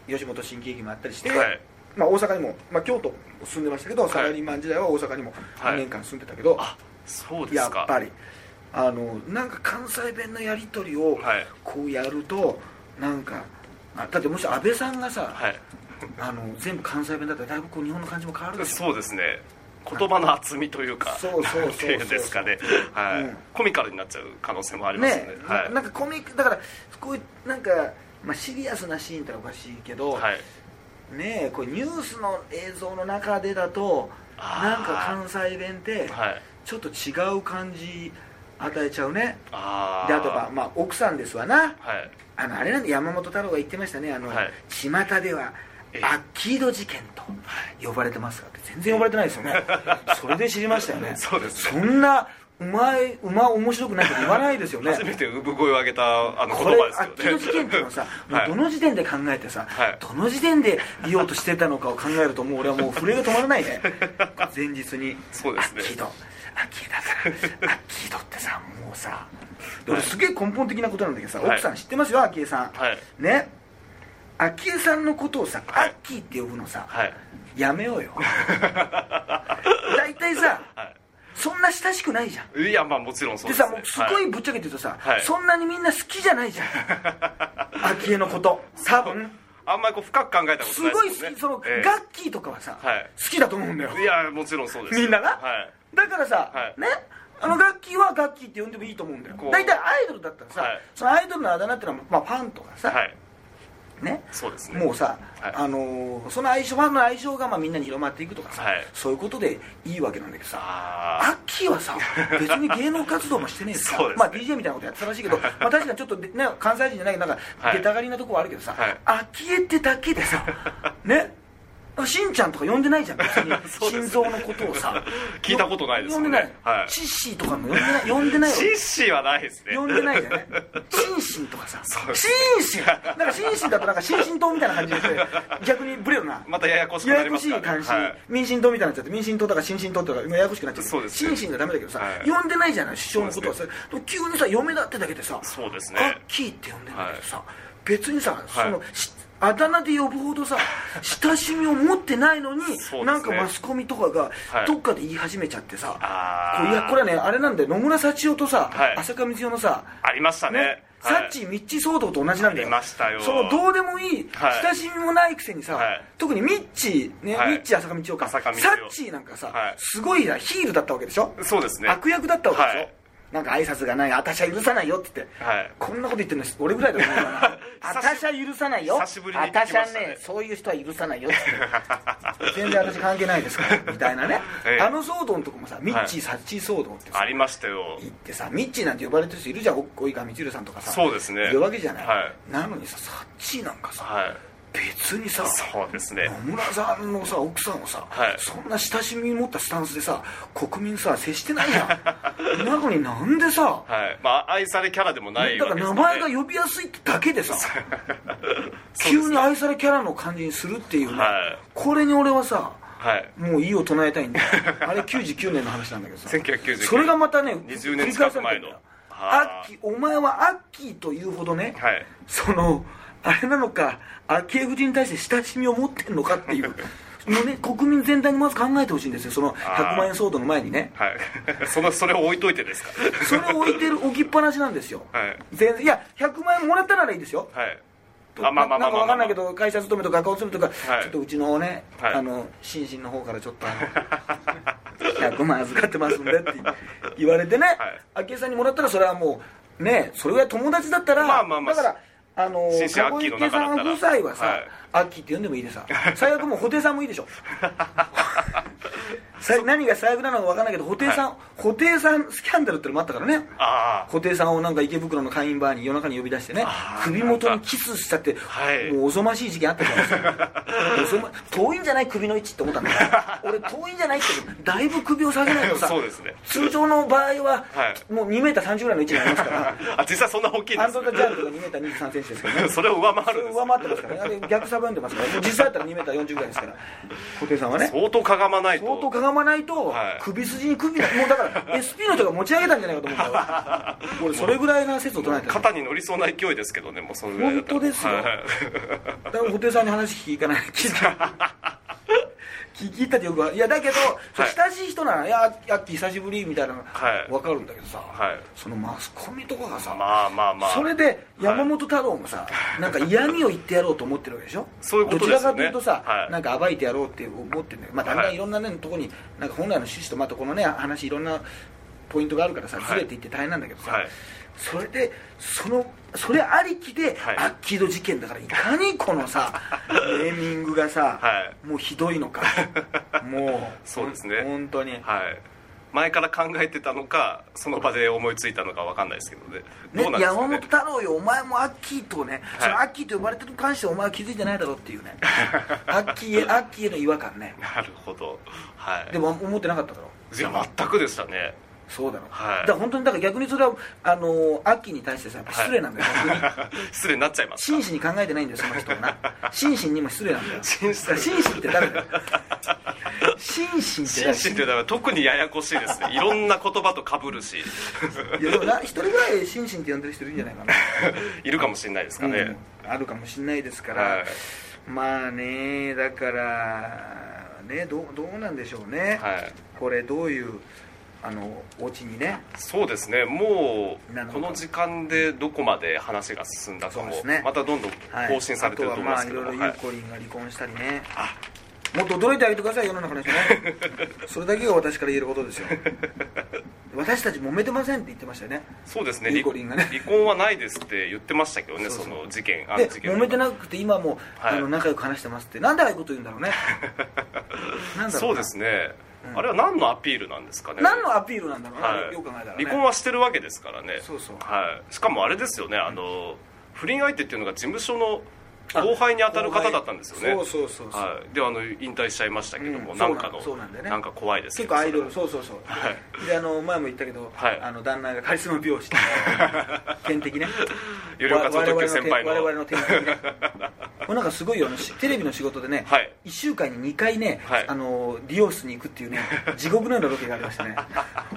Speaker 1: 吉本新喜劇もあったりして、
Speaker 2: はい
Speaker 1: まあ、大阪にも、まあ、京都も住んでましたけど、
Speaker 2: い
Speaker 1: サラリーマン時代は大阪にも
Speaker 2: はい
Speaker 1: 2年間住んでたけど、
Speaker 2: あそうです
Speaker 1: やっ
Speaker 2: か
Speaker 1: ぱりあのなんか関西弁のやり取りを
Speaker 2: はい
Speaker 1: こうやるとなんかあだってもし安倍さんがさ、
Speaker 2: はい
Speaker 1: あの全部関西弁だったらだいぶこう日本の感じも変わるでしょ
Speaker 2: そうですね言葉の厚みというか
Speaker 1: そうそうそうそう
Speaker 2: なんていうんですかねはい、
Speaker 1: うん
Speaker 2: コミカルになっちゃう可能性もありますね
Speaker 1: ね
Speaker 2: はい
Speaker 1: ななんかコミックだからこういうなんか、まあ、シリアスなシーンってのはおかしいけど、
Speaker 2: はい
Speaker 1: ねえこうニュースの映像の中でだとなんか
Speaker 2: あ
Speaker 1: 関西弁って
Speaker 2: ーはい
Speaker 1: ちょっと違う感じ与えちゃうね
Speaker 2: あ
Speaker 1: であとは、まあ、奥さんですわな
Speaker 2: はい
Speaker 1: あのあれなんで山本太郎が言ってましたねあの、
Speaker 2: はい
Speaker 1: 巷では
Speaker 2: ええ
Speaker 1: アッキード事件と呼ばれてますかって全然呼ばれてないですよ ねそれで知りましたよね
Speaker 2: そうですね
Speaker 1: そんなうまいうま面白くないと言わないですよね
Speaker 2: 初めて産声を上げたあの
Speaker 1: こ
Speaker 2: 言
Speaker 1: れ
Speaker 2: 葉
Speaker 1: アッ
Speaker 2: で
Speaker 1: キ
Speaker 2: す
Speaker 1: ー
Speaker 2: よ
Speaker 1: ド事件
Speaker 2: ね
Speaker 1: っていうのはさ、
Speaker 2: はい
Speaker 1: もうどの時点で考えてさ、
Speaker 2: はい
Speaker 1: どの時点で言おうとしてたのかを考えるともう俺は もう震えが止まらないね前日に
Speaker 2: そうですね
Speaker 1: アッキードアッキーだか らアッキードってさもうさで俺すげえ根本的なことなんだけどさ、
Speaker 2: はい
Speaker 1: 奥さん知ってますよアッキーさん、
Speaker 2: はい
Speaker 1: ねアッキーさんのことをさ、
Speaker 2: はい
Speaker 1: アッキーって呼ぶのさ、
Speaker 2: はい
Speaker 1: やめよ うよ大体さ
Speaker 2: は
Speaker 1: そんな親しくないじゃん
Speaker 2: いいやまあもちろんそう
Speaker 1: で
Speaker 2: です
Speaker 1: さ
Speaker 2: ね
Speaker 1: もうす
Speaker 2: は
Speaker 1: ごいぶっちゃけて言うとさ、
Speaker 2: はい
Speaker 1: そんなにみんな好きじゃ ないじゃん昭恵のこと多分
Speaker 2: あんまりこう深く考えたこ
Speaker 1: す
Speaker 2: とない
Speaker 1: ごい
Speaker 2: で
Speaker 1: 好
Speaker 2: すもんね
Speaker 1: きその、
Speaker 2: ええ
Speaker 1: ガッキーとかはさ、
Speaker 2: はい
Speaker 1: 好きだと思うんだよ
Speaker 2: いやもちろんそうです
Speaker 1: みんなが
Speaker 2: はい
Speaker 1: だからさ、
Speaker 2: はい
Speaker 1: ねあのガッキーはガッキーって呼んでもいいと思うんだよ
Speaker 2: こう
Speaker 1: 大体アイドルだったらさ、
Speaker 2: はい
Speaker 1: そのアイドルのあだ名ってのは、まあ、ファンとかさ、
Speaker 2: はい
Speaker 1: ね
Speaker 2: そうですね
Speaker 1: もうさ、
Speaker 2: はい
Speaker 1: あのーその相性ファンの相性がまあみんなに広まっていくとかさ、
Speaker 2: はい
Speaker 1: そういうことでいいわけなんだけどさア
Speaker 2: あ
Speaker 1: ッキーはさ別に芸能活動もしてねえしさ、
Speaker 2: そうです
Speaker 1: ま
Speaker 2: ね
Speaker 1: あ、DJ みたいなことやってたらしいけど、まあ、確かにちょっと、ね、関西人じゃないけどなんか
Speaker 2: はい
Speaker 1: 出たがりなとこはあるけどさ、
Speaker 2: はい
Speaker 1: アッキーってだけで さねしんちゃんとか呼んでないじゃん別に
Speaker 2: そうです
Speaker 1: 心臓のことをさ
Speaker 2: 聞いたことないです
Speaker 1: 呼
Speaker 2: も
Speaker 1: んでな
Speaker 2: ん
Speaker 1: い
Speaker 2: ね、はい
Speaker 1: チッシーとかも呼んでない呼んでな
Speaker 2: あ
Speaker 1: いよ
Speaker 2: シッシーはないですね
Speaker 1: 呼んでないじゃないシンシンとかさ
Speaker 2: そうで
Speaker 1: シ
Speaker 2: す
Speaker 1: ンシンなんかシンシンだとなんか新進党みたいな感じで逆にブレるな
Speaker 2: またややこしく
Speaker 1: や
Speaker 2: な
Speaker 1: や
Speaker 2: り
Speaker 1: こ
Speaker 2: ま
Speaker 1: し
Speaker 2: す
Speaker 1: い
Speaker 2: から
Speaker 1: 監視、
Speaker 2: はい
Speaker 1: 民進党みたいになっちゃって民進党だから新進党とかややこしくなっちゃって
Speaker 2: そうですね
Speaker 1: 新進がダメだけどさ、
Speaker 2: はい
Speaker 1: 呼んでないじゃない首相のことはさ、でも急にさ嫁だってだけでさ
Speaker 2: そうです
Speaker 1: ガ
Speaker 2: ね
Speaker 1: ッキーって呼んでんだけどさ、別にさ、そのしあだ名で呼ぶほどさ親しみを持ってないのに、
Speaker 2: すね
Speaker 1: なんかマスコミとかが
Speaker 2: はい
Speaker 1: どっかで言い始めちゃってさ、
Speaker 2: あ
Speaker 1: こ
Speaker 2: ー
Speaker 1: ういやこれはねあれなんだよ野村幸男とさ、
Speaker 2: はい
Speaker 1: 浅香光代のさ
Speaker 2: ありましたね
Speaker 1: ね、
Speaker 2: はい
Speaker 1: サッチー・ミッチー騒動と同じなんだよ
Speaker 2: ありましたよ
Speaker 1: そのどうでもいい、
Speaker 2: はい
Speaker 1: 親しみもないくせにさ、
Speaker 2: はい
Speaker 1: 特にミッチー、ね
Speaker 2: はい
Speaker 1: ミッチー浅香道夫かサ
Speaker 2: 浅香
Speaker 1: ッ
Speaker 2: 光代
Speaker 1: チーなんかさ、
Speaker 2: はい
Speaker 1: すごいなヒールだったわけでしょ、
Speaker 2: そうですね
Speaker 1: 悪役だったわけでしょ、
Speaker 2: はい
Speaker 1: なんか挨拶がない私は許さないよって言って、
Speaker 2: はい
Speaker 1: こんなこと言ってるの俺ぐらいだと思うな私は許さないよ
Speaker 2: 久しぶりに聞きましたね
Speaker 1: 私はねそういう人は許さないよって言って全然私関係ないですからみたいなね、
Speaker 2: ええ
Speaker 1: あの騒動のとこもさミッチー、サッチー騒動ってさ
Speaker 2: ありましたよ
Speaker 1: 行ってさミッチーなんて呼ばれてる人いるじゃんお及川光さんとかさ
Speaker 2: そうですね
Speaker 1: いるわけじゃない、
Speaker 2: は
Speaker 1: なのにさサッチーなんかさ、
Speaker 2: はい
Speaker 1: 別にさ
Speaker 2: そうですね
Speaker 1: 野村さんのさ奥さんをさ、
Speaker 2: はい
Speaker 1: そんな親しみ持ったスタンスでさ国民さ接してないじゃ んなのになんでさ、
Speaker 2: はいまあ愛されキャラでもない
Speaker 1: だ
Speaker 2: わ
Speaker 1: か
Speaker 2: けで
Speaker 1: ら
Speaker 2: す
Speaker 1: 名
Speaker 2: ね
Speaker 1: 前が呼びやすいってだけでさ急
Speaker 2: そうで
Speaker 1: に
Speaker 2: すね
Speaker 1: 愛されキャラの感じにするっていうね、
Speaker 2: はい
Speaker 1: これに俺はさ
Speaker 2: はい
Speaker 1: もういいを唱えたいんだよあれ99年の話なんだけどさ
Speaker 2: 1999
Speaker 1: それがまたね
Speaker 2: 20年近く前の
Speaker 1: 繰り返されてんだよア
Speaker 2: あー
Speaker 1: ッキーお前はアッキーというほどね、
Speaker 2: はい
Speaker 1: そのあれなのか昭恵夫人に対して親しみを持ってんのかって いうのね国民全体にまず考えてほしいんですよその100万円騒動の前にね
Speaker 2: はい そのそれを置いといてですか
Speaker 1: それを置いてる置きっぱなしなんですよ、
Speaker 2: はい
Speaker 1: 全然いや100万円もらったならいいですよ
Speaker 2: はい
Speaker 1: ななんかわかんないけど会社勤めとか学校勤めとか、
Speaker 2: はい
Speaker 1: ちょっとうちのね、
Speaker 2: はい
Speaker 1: あの心身の方からちょっとあの100万預かってますんでって言われてね、昭恵さんにもらったらそれはもうねそれぐらい友達だったら、
Speaker 2: まあまあまあ
Speaker 1: だからあの
Speaker 2: 心身
Speaker 1: 籠
Speaker 2: アッキーの
Speaker 1: 池
Speaker 2: 中だ
Speaker 1: さ
Speaker 2: った
Speaker 1: ん
Speaker 2: ら
Speaker 1: 夫妻はさ、
Speaker 2: はい
Speaker 1: アッキーって呼んでもいいでさ最悪もう布袋さんもいいでしょさ何が最悪なのか分からないけど布袋さん、
Speaker 2: は
Speaker 1: 布袋さんスキャンダルってのもあったからね
Speaker 2: ああ
Speaker 1: 布袋さんをなんか池袋の会員バーに夜中に呼び出してね
Speaker 2: あー
Speaker 1: 首元にキスしたって、
Speaker 2: はい
Speaker 1: もうおぞましい事件あったじゃないです かおぞま遠いんじゃない首の位置って思ったんだから俺遠いんじゃないってだいぶ首を下げないとさ
Speaker 2: そうですね
Speaker 1: 通常の場合は、
Speaker 2: は
Speaker 1: もう 2m30 ぐらいの位置にありますから
Speaker 2: あ実際そんな大きいん
Speaker 1: ア
Speaker 2: で
Speaker 1: ント
Speaker 2: す
Speaker 1: ンタジャールとか 2m23 センチですけどね
Speaker 2: それを上回るんです
Speaker 1: 上回ってますからねあれ逆さば読んでますからもう実際だったら 2m40 ぐらいですから布袋さんはね
Speaker 2: 相当かがまないと
Speaker 1: 相当かがまないと、
Speaker 2: はい
Speaker 1: 首筋に首がもうだから SP の人が持ち上げたんじゃないかと思うんだわ俺それぐらいな説を唱えた
Speaker 2: 肩に乗りそうな勢いですけどねもうそのぐらいだったら
Speaker 1: 本当ですよ
Speaker 2: はい
Speaker 1: だから布袋さんに話聞かない聞い た聞いたってよくはいやだけど、そう
Speaker 2: はい
Speaker 1: 親しい人なら「いややっき久しぶり」みたいなの
Speaker 2: はい
Speaker 1: 分かるんだけどさ、
Speaker 2: はい
Speaker 1: そのマスコミとかがさ、
Speaker 2: まあまあまあ
Speaker 1: それで山本太郎も さ、なんか嫌味を言ってやろうと思ってるわけでしょ
Speaker 2: そういうことです
Speaker 1: どちら
Speaker 2: よね
Speaker 1: かというとさ、
Speaker 2: はい
Speaker 1: なんか暴いてやろうって思ってるんだけど、まあ、だんだ
Speaker 2: は
Speaker 1: ん
Speaker 2: い
Speaker 1: いろんな、ねとこになんか本来の趣旨とまたこのね話いろんなポイントがあるからさ
Speaker 2: はい
Speaker 1: ずれていって大変なんだけどさ、
Speaker 2: はい
Speaker 1: それでそのそれありきで、
Speaker 2: はい
Speaker 1: アッキード事件だからいかにこの さネーミングがさ、
Speaker 2: は
Speaker 1: もうひどいの かもう
Speaker 2: そうですね
Speaker 1: 本当に、
Speaker 2: はい前から考えてたのかその場で思いついたのかわかんないですけどね
Speaker 1: ね
Speaker 2: どうなんです
Speaker 1: 山
Speaker 2: か
Speaker 1: 本
Speaker 2: ね
Speaker 1: 太郎よお前もアッキーとね、そのアッキーと呼ばれてるに関してお前は気づいてないだろうっていう ねアッキーへアッキーへの違和感ね
Speaker 2: なるほどはい
Speaker 1: でも思ってなかっただろ
Speaker 2: いや全くでしたね
Speaker 1: そうだろ、
Speaker 2: はい
Speaker 1: だから本当にだから逆にそれはあのーアッキーに対してさやっぱ失礼なんだよ、逆に
Speaker 2: 失礼になっちゃいます
Speaker 1: 真
Speaker 2: か
Speaker 1: 摯に考えてないんだよその人も な心身にも失礼なんだよ
Speaker 2: 真摯
Speaker 1: だから真摯って誰 だよ心身って
Speaker 2: 心
Speaker 1: 誰
Speaker 2: 身ってだから特にややこしいですねいろんな言葉とかぶるし
Speaker 1: いやでもな一人ぐらい心身って呼んでる人いるんじゃないかな、
Speaker 2: いるかもしれないですかね、
Speaker 1: うんあるかもしれないですから、
Speaker 2: はい
Speaker 1: まあねだからねどうどうなんでしょうね、
Speaker 2: はい
Speaker 1: これどういうあのお家にね
Speaker 2: そうですねも
Speaker 1: なる
Speaker 2: う
Speaker 1: ほど
Speaker 2: この時間でどこまで話が進んだか
Speaker 1: そう
Speaker 2: も
Speaker 1: ですね
Speaker 2: またどんどん
Speaker 1: はい
Speaker 2: 更新されてると思いますけど
Speaker 1: あと
Speaker 2: も
Speaker 1: はまあいろいろゆうこりんが離婚したりね、
Speaker 2: あ
Speaker 1: もっと驚いてあげてください世の中の人 ねそれだけが私から言えることですよ私たち揉めてませんって言ってましたよね
Speaker 2: そうですね
Speaker 1: ゆうこりんがね
Speaker 2: 離婚はないですって言ってましたけど
Speaker 1: そ
Speaker 2: ね
Speaker 1: う
Speaker 2: そ
Speaker 1: そう
Speaker 2: の事件あの
Speaker 1: で
Speaker 2: 事件
Speaker 1: 揉めてなくて今も、
Speaker 2: はい
Speaker 1: あの仲良く話してますってなんでああいうこと言うんだろうねなんだろうな
Speaker 2: そうですね、
Speaker 1: うん
Speaker 2: あれは何のアピールなんですかね
Speaker 1: 何のアピールなんだろうね、
Speaker 2: はい、
Speaker 1: よく考えたら、ね、
Speaker 2: 離婚はしてるわけですからね
Speaker 1: そうそう
Speaker 2: はい、しかもあれですよねあの不倫相手っていうのが事務所の後輩に当たる方だったんですよね
Speaker 1: そうそうそうそう、
Speaker 2: はい、であの引退しちゃいましたけども、
Speaker 1: うん
Speaker 2: なんかの
Speaker 1: そうなんだよね
Speaker 2: なんか怖いですけ
Speaker 1: 結
Speaker 2: ど
Speaker 1: 構アイドル
Speaker 2: それ
Speaker 1: そうそうそう、であの前も言ったけど、
Speaker 2: はい
Speaker 1: あの旦那がカリスマ美 容師天敵ね
Speaker 2: 有料活動特許先輩の
Speaker 1: 我々の天敵 ねこれなんかすごいよあのしテレビの仕事でね、
Speaker 2: はい
Speaker 1: 1週間に2回ね、
Speaker 2: はい
Speaker 1: あの理容室に行くっていうね地獄のようなロケがありました ね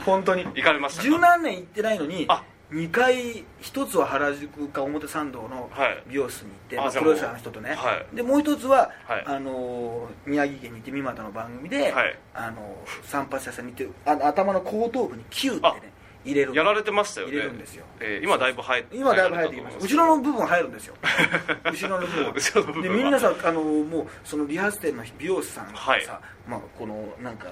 Speaker 1: 本当に
Speaker 2: 行かれましたか
Speaker 1: 十何年行ってないのに
Speaker 2: あ
Speaker 1: 2回1つは原宿か表参道の
Speaker 2: はい
Speaker 1: 美容室に行って、
Speaker 2: あ
Speaker 1: まあ
Speaker 2: じゃ
Speaker 1: プ
Speaker 2: あ
Speaker 1: ロ
Speaker 2: もう
Speaker 1: レスラーの人とね、
Speaker 2: は
Speaker 1: でもう一つは、
Speaker 2: はい
Speaker 1: あの宮城県に行って三股の番組で、
Speaker 2: はい
Speaker 1: あの散髪屋さんに行ってあの頭の後頭部にキューってね入れる
Speaker 2: やられてましたよね
Speaker 1: 入れるんですよ
Speaker 2: えー今だいぶ生え
Speaker 1: 今だいぶ生えてきました後ろの部分入るん ですよ後ろの部分
Speaker 2: 後ろの部分は
Speaker 1: でみんなさあのもうその理髪店の美容師さんがさ、
Speaker 2: はい
Speaker 1: まあ、このなんか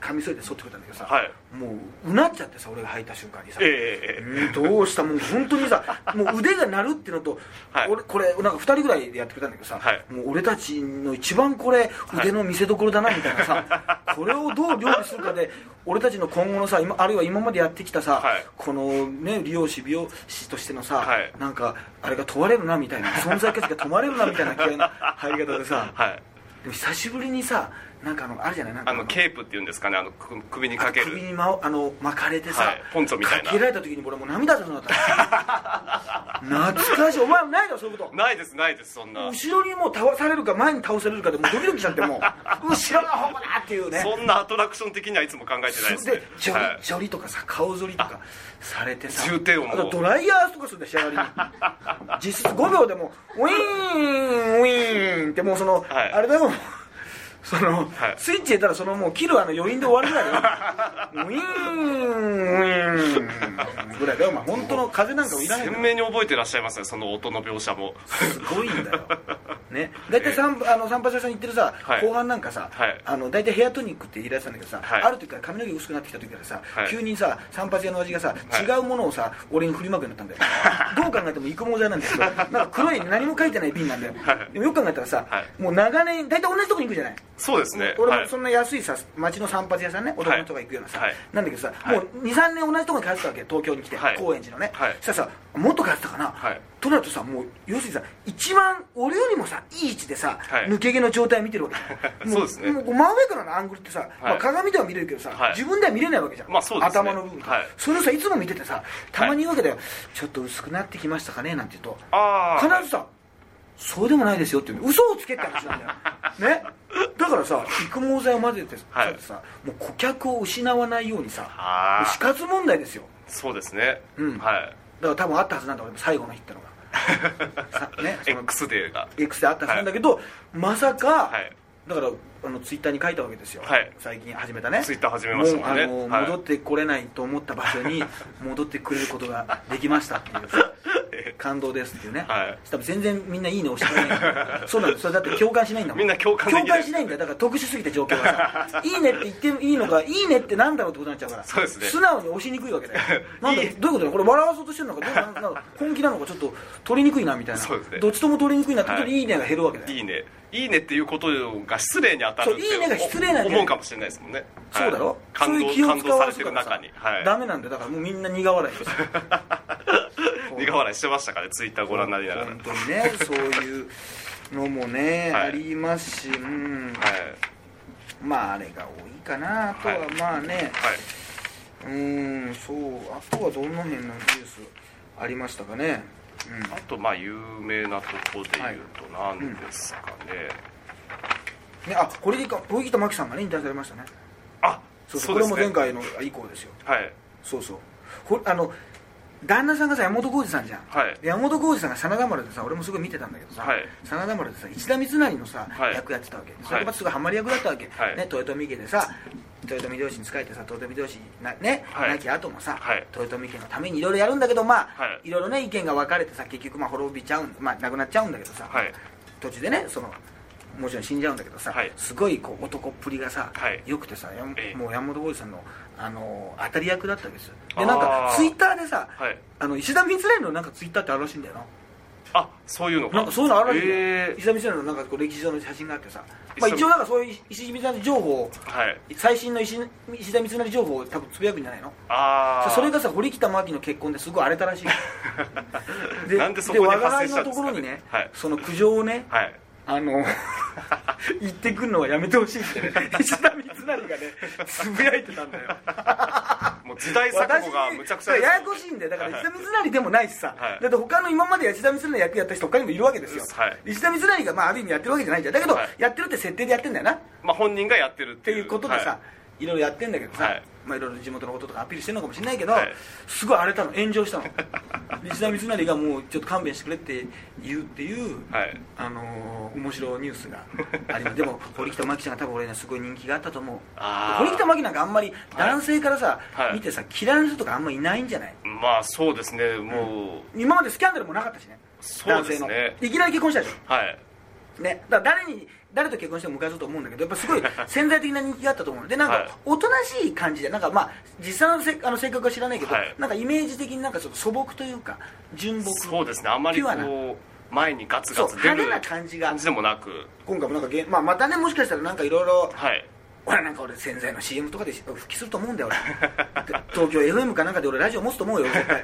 Speaker 1: カミソリで剃ってくれたんだけどさ、
Speaker 2: はい
Speaker 1: もううなっちゃってさ俺が入った瞬間にさ、
Speaker 2: ええ
Speaker 1: うん どうしたもう本当にさもう腕が鳴るってのと、
Speaker 2: はい
Speaker 1: 俺これなんか2人ぐらいでやってくれたんだけどさ、
Speaker 2: はい
Speaker 1: もう俺たちの一番これ腕の見せ所だなみたいなさ、 これをどう料理するかで俺たちの今後のさ今あるいは今までやってきたさ、
Speaker 2: はい
Speaker 1: このね利用師美容師としてのさ、
Speaker 2: はい
Speaker 1: なんかあれが問われるなみたいな存在価値が問われるなみたいな気合いな入り方でさ
Speaker 2: はい
Speaker 1: でも久しぶりにさなんかあのあるじゃないなんか
Speaker 2: あのケープっていうんですかねあのく首にかけ
Speaker 1: 首
Speaker 2: る
Speaker 1: に、ま、あの巻かれてさ、
Speaker 2: はいポンチョみたいな
Speaker 1: かけられた時に俺もう涙出そうになった懐かしいお前もないだろそういうこと
Speaker 2: ないですないですそんな
Speaker 1: 後ろにもう倒されるか前に倒されるかでもうドキドキしちゃってもう後ろの方だっていうね
Speaker 2: そんなアトラクション的にはいつも考えてないです
Speaker 1: で
Speaker 2: ね
Speaker 1: ジョリ、
Speaker 2: はい
Speaker 1: ジョリとかさ顔剃りとかされてさ
Speaker 2: 重低音も
Speaker 1: あとドライヤーとかするんだよ仕上がりに 実質5秒でもうウィーンウィーンってもうその、
Speaker 2: はい
Speaker 1: あれだよその、
Speaker 2: はい
Speaker 1: スイッチ入れたらそのもう切 るあの余韻で終わるぐらいだよウィーンウィーンぐらいだよお前本当の風なんかもいらないんだ
Speaker 2: 鮮
Speaker 1: よ
Speaker 2: 明に覚えてらっしゃいますねその音の描写も
Speaker 1: すごいんだよね、大体散あの散髪屋さんに行ってるさ、
Speaker 2: はい
Speaker 1: 後半なんかさ、
Speaker 2: はい
Speaker 1: あの大体ヘアトニックって言い出したんだけどさ、
Speaker 2: はい
Speaker 1: ある時から髪の毛薄くなってきた時からさ、
Speaker 2: はい
Speaker 1: 急にさ散髪屋の味がさ、
Speaker 2: はい
Speaker 1: 違うものをさ俺に振りまくようになったんだよどう考えても育毛剤なんですけどなんか黒い何も書いてない瓶なんだよ、
Speaker 2: はい
Speaker 1: でもよく考えたらさ、
Speaker 2: は
Speaker 1: もう長年大体同じとこに行くじゃない
Speaker 2: そうですね
Speaker 1: 俺
Speaker 2: は
Speaker 1: も
Speaker 2: い
Speaker 1: そんな安いさ町の散髪屋さんね男の人が行くようなさ、
Speaker 2: はい
Speaker 1: なんだけどさ、
Speaker 2: はい
Speaker 1: もう23年同じとこに通ってたわけ東京に来て、
Speaker 2: はい
Speaker 1: 高円寺のね、
Speaker 2: はい
Speaker 1: そしたらさもっと通ってたかな、
Speaker 2: はい
Speaker 1: となるとさもう要するにさ一番俺よりもさいい位置でさ、
Speaker 2: はい
Speaker 1: 抜け毛の状態見てるわけじゃん
Speaker 2: そうですね
Speaker 1: もうもう真上からのアングルってさ、まあ、鏡では見れるけどさ、
Speaker 2: はい
Speaker 1: 自分では見れないわけじゃん、
Speaker 2: まあそうですね
Speaker 1: 頭の部分とか、
Speaker 2: はい
Speaker 1: それをさいつも見ててさたまに言うわけだよ、ちょっと薄くなってきましたかねなんて言うと
Speaker 2: あ
Speaker 1: 必ずさそうでもないですよっていう嘘をつけって話 なんだよねだからさ育毛剤を混ぜてさ、
Speaker 2: はい
Speaker 1: さもう顧客を失わないようにさ
Speaker 2: あ
Speaker 1: 死活問題ですよ
Speaker 2: そうですね、
Speaker 1: うん
Speaker 2: はい
Speaker 1: だから多分あったはずなんだ俺も最後の日って のがさねその
Speaker 2: X デーが
Speaker 1: X であったはずなんだけど、まさか、
Speaker 2: はい
Speaker 1: だからあのツイッターに書いたわけですよ、
Speaker 2: はい
Speaker 1: 最近始めたね
Speaker 2: ツイッター始めましたもんね
Speaker 1: もうあの、
Speaker 2: はい
Speaker 1: 戻ってこれないと思った場所 に戻ってくれることができましたっていうさ感動ですっていうね、
Speaker 2: はい
Speaker 1: 多分全然みんないいね押してくれないそうなんですそれだって共感しないんだもん
Speaker 2: みんな共感できない
Speaker 1: 共感しないんだよだから特殊すぎて状況 がさいいねって言ってもいいのかいいねってなんだろうってことになっちゃうから
Speaker 2: そうですね
Speaker 1: 素直に押しにくいわけだよ なんだ
Speaker 2: いい
Speaker 1: どういうことだよこれ笑わそうとしてるのかどうなんなんか本気なのかちょっと取りにくいなみたいな
Speaker 2: そうですね
Speaker 1: どっちとも取りにくいなってことで
Speaker 2: はい
Speaker 1: いいねが減るわけだよ、
Speaker 2: いいねいいねっていうことが失礼に当たるって
Speaker 1: そういいねが失礼なんだよ
Speaker 2: 思うかもしれないですもんね、はい
Speaker 1: そうだろ、
Speaker 2: 感
Speaker 1: そうい
Speaker 2: 動
Speaker 1: う気を
Speaker 2: 感
Speaker 1: 使
Speaker 2: 動さ
Speaker 1: わ
Speaker 2: れ
Speaker 1: せ
Speaker 2: て
Speaker 1: る
Speaker 2: る
Speaker 1: からさ
Speaker 2: 中に、はい、
Speaker 1: ダメなんだよだからもうみんな苦笑いです
Speaker 2: 苦笑いしてましたからねツイッタ ーご覧になりながら
Speaker 1: 本当にねそういうのもね、
Speaker 2: はい
Speaker 1: ありますし、うん
Speaker 2: はい
Speaker 1: まああれが多いかなあとは
Speaker 2: はい
Speaker 1: まあね、
Speaker 2: はい、
Speaker 1: うんそうあとはどの辺のニュースありましたかね、うん
Speaker 2: あとまあ有名なとこで言うと何ですかね、
Speaker 1: ね、あこれでいいか小池と真紀さんがね引退されましたね
Speaker 2: あ
Speaker 1: そ
Speaker 2: そう
Speaker 1: そう
Speaker 2: うです
Speaker 1: こ
Speaker 2: ね
Speaker 1: れも前回の以降ですよ
Speaker 2: はい
Speaker 1: そうそうこあの旦那さんがさ山本浩二さんじゃん、
Speaker 2: はい
Speaker 1: で山本浩二さんが真田丸でさ俺もすごい見てたんだけどさ、
Speaker 2: はい
Speaker 1: 真田丸でさ一田三成のさ、
Speaker 2: はい
Speaker 1: 役やってたわけでそれがすごいハマり役だったわけ、
Speaker 2: はい
Speaker 1: ね、豊臣家でさ豊臣秀吉に仕えてさ豊臣秀吉な,、ね
Speaker 2: はい
Speaker 1: 亡き後もさ、
Speaker 2: はい
Speaker 1: 豊臣家のためにいろいろやるんだけどまあ、、
Speaker 2: はい
Speaker 1: ろいろね意見が分かれてさ結局まあ滅びちゃうんまあ亡くなっちゃうんだけどさ、
Speaker 2: はい
Speaker 1: 途中でねそのもちろん死んじゃうんだけどさ、
Speaker 2: はい
Speaker 1: すごいこう男っぷりがさ、
Speaker 2: はい
Speaker 1: よくてさやん
Speaker 2: ええ
Speaker 1: もう山本浩二さんの、あのー当たり役だったわけですよ
Speaker 2: あ
Speaker 1: で
Speaker 2: ー
Speaker 1: なんかツイッターでさ、
Speaker 2: はい
Speaker 1: あの石田三成のなんかツイッターってあるらしいんだよな
Speaker 2: あそういうのか
Speaker 1: なんかそういうのあるらしいんだよ、
Speaker 2: え
Speaker 1: 石田三成のなんかこう歴史上の写真があってさ、
Speaker 2: 石
Speaker 1: まあ、
Speaker 2: 田
Speaker 1: 一応なんかそういう石田三成情報を
Speaker 2: ー、はい
Speaker 1: 最新の石石田三成情報を多分つぶやくんじゃないの
Speaker 2: ああ
Speaker 1: それがさ堀北真希の結婚ですごい荒れたらしい
Speaker 2: なんでそこに
Speaker 1: 我が
Speaker 2: 発
Speaker 1: 輩
Speaker 2: 生した
Speaker 1: の
Speaker 2: んで
Speaker 1: と
Speaker 2: す
Speaker 1: こ
Speaker 2: かね
Speaker 1: ろにね、
Speaker 2: はい
Speaker 1: その苦情をね
Speaker 2: はい
Speaker 1: あ の言ってくるのはやめてほしい ってね石田三成がねつぶやいてたんだよ
Speaker 2: もう時代錯誤がむちゃくちゃ
Speaker 1: 私
Speaker 2: ですよ
Speaker 1: ややこしいんだよだから石田三成でもないしさ、
Speaker 2: はい
Speaker 1: だって他の今まで石田三成の役やった人他にもいるわけですよ、
Speaker 2: はい
Speaker 1: 石田三成が、まあ、ある意味やってるわけじゃないじゃんだけど、
Speaker 2: はい
Speaker 1: やってるって設定でやってんだよなっ
Speaker 2: まあ本人がやってるって
Speaker 1: て
Speaker 2: いう
Speaker 1: いうことでさ、、
Speaker 2: はい
Speaker 1: ろいろやってんだけどさ、
Speaker 2: はいい
Speaker 1: まあ、いろいろ地元のこととかアピールしてるのかもしれないけど、
Speaker 2: はい
Speaker 1: すごい荒れたの炎上したの石田三成がもうちょっと勘弁してくれって言うっていう、
Speaker 2: いはい
Speaker 1: あのー面白いニュースがあり ますでも堀北真希ちゃんが多分俺にはすごい人気があったと思う
Speaker 2: あー
Speaker 1: 堀北真希なんかあんまり男性からさ、
Speaker 2: はい
Speaker 1: 見てさ嫌いな人とかあんまいないんじゃない
Speaker 2: まあそうですねもう、
Speaker 1: 今までスキャンダルもなかったしね
Speaker 2: そうです
Speaker 1: 男
Speaker 2: ね
Speaker 1: 性のいきなり結婚したでし
Speaker 2: はい
Speaker 1: ょ、ね、だから誰に誰と結婚してもムカつくと思うんだけどやっぱす ごい潜在的な人気があったと思うのでなん
Speaker 2: はい
Speaker 1: かおとなしい感じでなんかまあ実際のせあの性格は知らないけど、
Speaker 2: はい
Speaker 1: なんかイメージ的になんかちょっと素朴というか純朴
Speaker 2: そうですねあまり
Speaker 1: ピュアな
Speaker 2: こう前にガツガ
Speaker 1: そう
Speaker 2: ツ出
Speaker 1: 派
Speaker 2: る
Speaker 1: 手な感じが
Speaker 2: でもなく
Speaker 1: 今回もなんかゲー、まあ、またねもしかしたらなんかいろいろ
Speaker 2: はい
Speaker 1: ほらなんか俺洗剤の CM とかで復帰すると思うんだよ俺 で東京 FM かなんかで俺ラジオ持つと思うよ絶対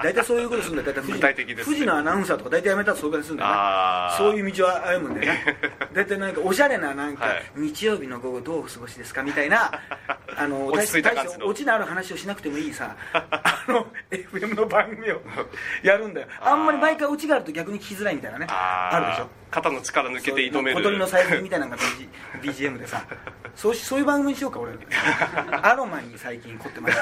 Speaker 1: 大体そういうことするんだよ大体富士
Speaker 2: 具体的ですね
Speaker 1: 富士のアナウンサーとか大体やめたらそういうことするんだよね
Speaker 2: あー
Speaker 1: そういう道は歩むんだよ ね大体なんかおしゃれななんか、
Speaker 2: はい
Speaker 1: 日曜日の午後どうお過ごしですかみたい なあの
Speaker 2: 落ち着いた感じの
Speaker 1: 大してオチのある話をしなくてもいいさあの FM の番組をやるんだよあんまり毎回オチがあると逆に聞きづらいみたいなね
Speaker 2: あー
Speaker 1: るでしょ
Speaker 2: 肩の力抜けて挑める
Speaker 1: 小鳥の再現みたいなのが BG BGM でさそうしそういう番組にしようか俺アロマに最近凝ってます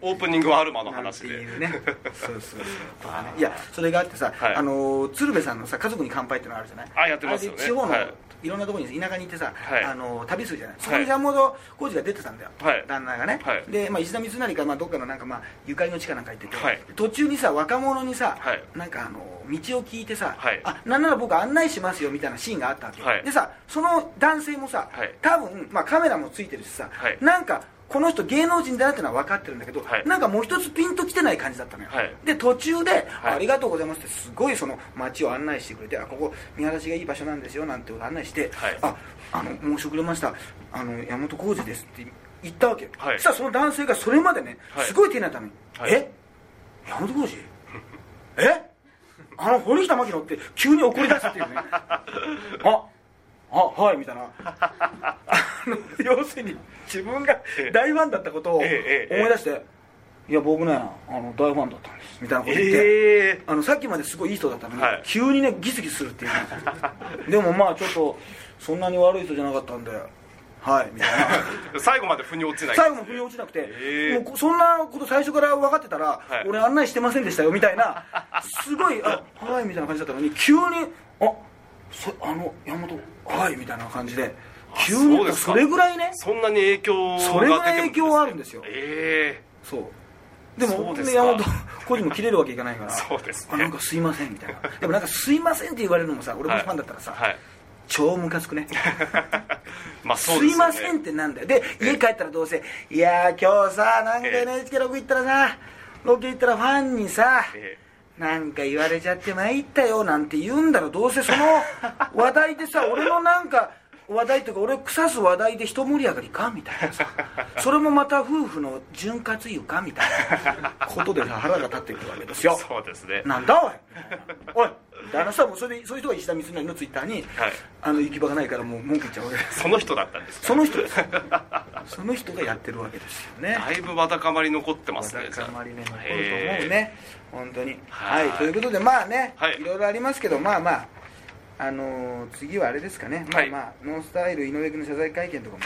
Speaker 2: オープニングはアルマの
Speaker 1: なん
Speaker 2: 話
Speaker 1: て
Speaker 2: で
Speaker 1: いうねそうそうそうとかねいやそれがあってさ、
Speaker 2: はい
Speaker 1: あのー鶴瓶さんのさ「家族に乾杯」ってのがあるじゃない
Speaker 2: あやってますよね
Speaker 1: あれで地方の、
Speaker 2: はいい、
Speaker 1: ろんなところに田舎に行ってさ、
Speaker 2: はい
Speaker 1: あのー旅するじゃないそこに
Speaker 2: はい
Speaker 1: 山本浩二が出てたんだよ、
Speaker 2: はい
Speaker 1: 旦那がね、
Speaker 2: はい
Speaker 1: で、まあ、石田三成か、まあ、どっかのなんか、まあ、ゆかりの地かなんか行ってて、
Speaker 2: はい
Speaker 1: 途中にさ若者にさ、
Speaker 2: はい
Speaker 1: なんかあのー道を聞いてさ、
Speaker 2: はい
Speaker 1: あなんなら僕案内しますよみたいなシーンがあったわけ、
Speaker 2: はい
Speaker 1: でさその男性もさ、
Speaker 2: はい
Speaker 1: 多分、まあ、カメラもついてるしさ、
Speaker 2: はい
Speaker 1: なんかこの人芸能人だなってのは分かってるんだけど、
Speaker 2: はい
Speaker 1: なんかもう一つピンときてない感じだったのよ、
Speaker 2: はい
Speaker 1: で途中で、
Speaker 2: はい
Speaker 1: ありがとうございます」ってすごいその街を案内してくれて「あここ見晴らしがいい場所なんですよ」なんてこと案内して「
Speaker 2: はい
Speaker 1: ああの申し遅れましたあの山本浩二です」って言ったわけよ、
Speaker 2: はい
Speaker 1: そしたらその男性がそれまでね
Speaker 2: はい
Speaker 1: すごい手になったのに「
Speaker 2: はい
Speaker 1: え山本浩二えあの堀北真希のって急に怒り出すっていうねああはいみたいなあの要するに自分が大ファンだったことを思い
Speaker 2: ええええ
Speaker 1: 出して「いや僕ねあの大ファンだったんです」みたいなこと言って、
Speaker 2: ええ
Speaker 1: あのさっきまですごいいい人だったのに、
Speaker 2: はい
Speaker 1: 急にねギスギスするっていうねでもまあちょっとそんなに悪い人じゃなかったんではいみたいな
Speaker 2: 最後まで腑に落ちない
Speaker 1: 最後も振り落ちなくて、
Speaker 2: えー
Speaker 1: もうこそんなこと最初から分かってたら、
Speaker 2: はい
Speaker 1: 俺案内してませんでしたよみたいなすごい「あはい」みたいな感じだったのに急に「あそあの山本はい」みたいな感じで急
Speaker 2: そう
Speaker 1: に
Speaker 2: です
Speaker 1: そ
Speaker 2: か
Speaker 1: れぐらいね
Speaker 2: そんなに影響が出て
Speaker 1: それぐらい影響はあるんですよ
Speaker 2: え
Speaker 1: そうでも
Speaker 2: そうですか
Speaker 1: 山本個人も切れるわけいかないから
Speaker 2: え そうです
Speaker 1: あ
Speaker 2: ね
Speaker 1: なんかすいませんみたいなでもなんかすいませんって言われるのもさ俺もファンだったらさ、
Speaker 2: はい、
Speaker 1: 超ムカつくね
Speaker 2: まあ
Speaker 1: す
Speaker 2: そうで
Speaker 1: い
Speaker 2: すよ
Speaker 1: ま
Speaker 2: ね
Speaker 1: せんってなんだよで家帰ったらどうせいやー今日さなんか NHK ロケ行ったらさロケ行ったらファンにさ
Speaker 2: え
Speaker 1: なんか言われちゃって参ったよなんて言うんだろどうせ その話題でさ俺のなんか話題というか俺を腐す話題で一盛り上がりかみたいなさそれもまた夫婦の潤滑油かみたいなことでさ腹が立ってくるわけです
Speaker 2: え
Speaker 1: よ
Speaker 2: そうですね
Speaker 1: なんだおいおいであの人はもうそれでそういう人が石田三成のツイッターに、
Speaker 2: はい
Speaker 1: あの行き場がないからもう文句言っちゃう俺
Speaker 2: その人だったんです
Speaker 1: その人ですその人がやってるわけですよね
Speaker 2: だいぶわだかまり残ってますね
Speaker 1: わだかまりね残ると思う
Speaker 2: え
Speaker 1: ね本当には
Speaker 2: はいい
Speaker 1: ということでまあね、、
Speaker 2: はいい
Speaker 1: ろいろありますけどまあまああのー次はあれですかね、まあ
Speaker 2: はい
Speaker 1: まあ、ノンスタイル井上君の謝罪会見とかも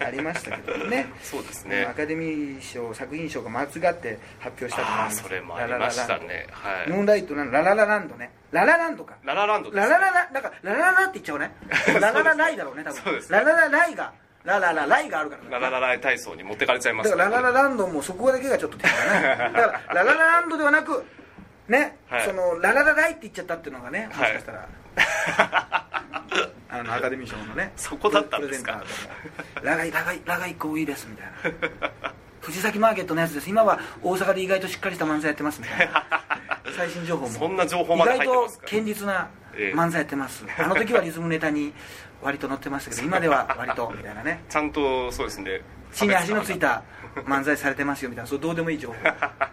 Speaker 1: あありましたけどね
Speaker 2: えそうです
Speaker 1: ア
Speaker 2: ね
Speaker 1: カデミー賞作品賞が間違って発表したと思い
Speaker 2: あ
Speaker 1: ま
Speaker 2: あ
Speaker 1: す
Speaker 2: それもありましたね
Speaker 1: ラララ
Speaker 2: は
Speaker 1: ラン
Speaker 2: い
Speaker 1: ムーンライトなのラララランドねララランドか
Speaker 2: ララランドです
Speaker 1: ララララだからララララって言っち ゃうねラララライだろうね多
Speaker 2: そう
Speaker 1: 分
Speaker 2: ですね
Speaker 1: ラララライがラララライがあるからね
Speaker 2: ラララライ体操に持ってかれちゃいま
Speaker 1: だ
Speaker 2: す
Speaker 1: から
Speaker 2: ね
Speaker 1: ラララランドもそこだけがちょっと手が ねだからラララランドではなくね、
Speaker 2: はい
Speaker 1: そのラララライって言っちゃったっていうのがねもしか
Speaker 2: はい
Speaker 1: した ら、あのアカデミー賞のね
Speaker 2: そこだったんですか
Speaker 1: プレゼンターともラガイラガイラガイこういいですみたいな 藤崎マーケットのやつです今は大阪で意外としっかりした漫才やってますみたい な最新情報も
Speaker 2: そんな情報まで入ってますか
Speaker 1: 意外と堅実な漫才やってます、あの時はリズムネタに割と乗ってましたけど今では割とみたいなね
Speaker 2: ちゃんとそうですね
Speaker 1: 地に足のついた漫才されてますよみたいなそうどうでもいい情 報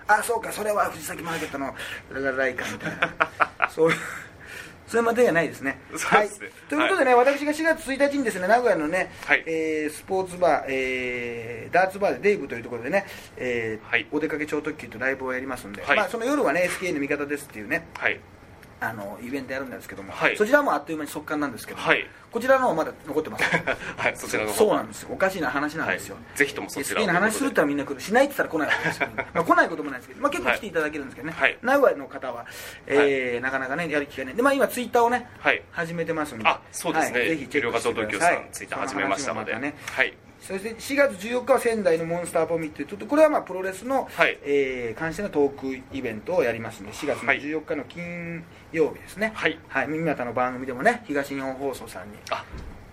Speaker 1: あそうかそれは藤崎マーケットのララライカみたい なそういうそれまでじゃないですね
Speaker 2: そうですね
Speaker 1: はい、ということでね、私が4月1日にですね名古屋のね、
Speaker 2: はい
Speaker 1: えースポーツバー、えーダーツバーでデイブというところでね、えー
Speaker 2: はい
Speaker 1: お出かけ超特急とライブをやりますんで、
Speaker 2: はい
Speaker 1: まあ、その夜はね SKA の味方ですっていうね
Speaker 2: はい
Speaker 1: あのイベントやるんですけども、
Speaker 2: はい
Speaker 1: そちらもあっという間に速乾なんですけども、
Speaker 2: はい
Speaker 1: こちらの方まだ残ってます
Speaker 2: はいそちらの方
Speaker 1: そうなんですよおかしいな話なんですよ、
Speaker 2: はいぜひともそちら
Speaker 1: SK
Speaker 2: を
Speaker 1: の話するとはみんな来るしないって言ったら来ないわけ ですよ、まあ、来ないこともないですけど、まあ、結構
Speaker 2: はい
Speaker 1: 来ていただけるんですけどね、
Speaker 2: はい
Speaker 1: 名古屋の方は、えーなかなかねやる機会ないで、まあ、今ツイッターをね
Speaker 2: はい
Speaker 1: 始めてますんで
Speaker 2: あそうですね、
Speaker 1: はい、ぜひチェックして
Speaker 2: 東
Speaker 1: く
Speaker 2: 京
Speaker 1: ださ
Speaker 2: さ
Speaker 1: い
Speaker 2: んツイッター始めましたので
Speaker 1: その話もまたね
Speaker 2: はい
Speaker 1: そして4月14日は仙台のモンスターポミっていうちょっとこれはまあプロレスの、
Speaker 2: はい
Speaker 1: えー関してのトークイベントをやりますので4月の
Speaker 2: はい
Speaker 1: 14日の金曜日ですね
Speaker 2: はい
Speaker 1: 耳股の番組でもね東日本放送さんに
Speaker 2: あ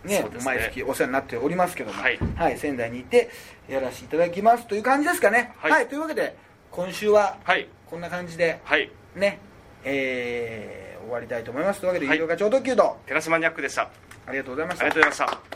Speaker 1: ね
Speaker 2: そうですね
Speaker 1: 毎月お世話になっておりますけども、は
Speaker 2: はいい
Speaker 1: 仙台にいてやらせていただきますという感じですかね、は
Speaker 2: はいい
Speaker 1: というわけで今週は
Speaker 2: はい
Speaker 1: こんな感じで
Speaker 2: はい
Speaker 1: ね、えー終わりたいと思いますというわけで「
Speaker 2: はい
Speaker 1: 有料課長特急と
Speaker 2: 寺島ニャックでしたあ
Speaker 1: ありがとうございまし
Speaker 2: り
Speaker 1: た
Speaker 2: がとうございました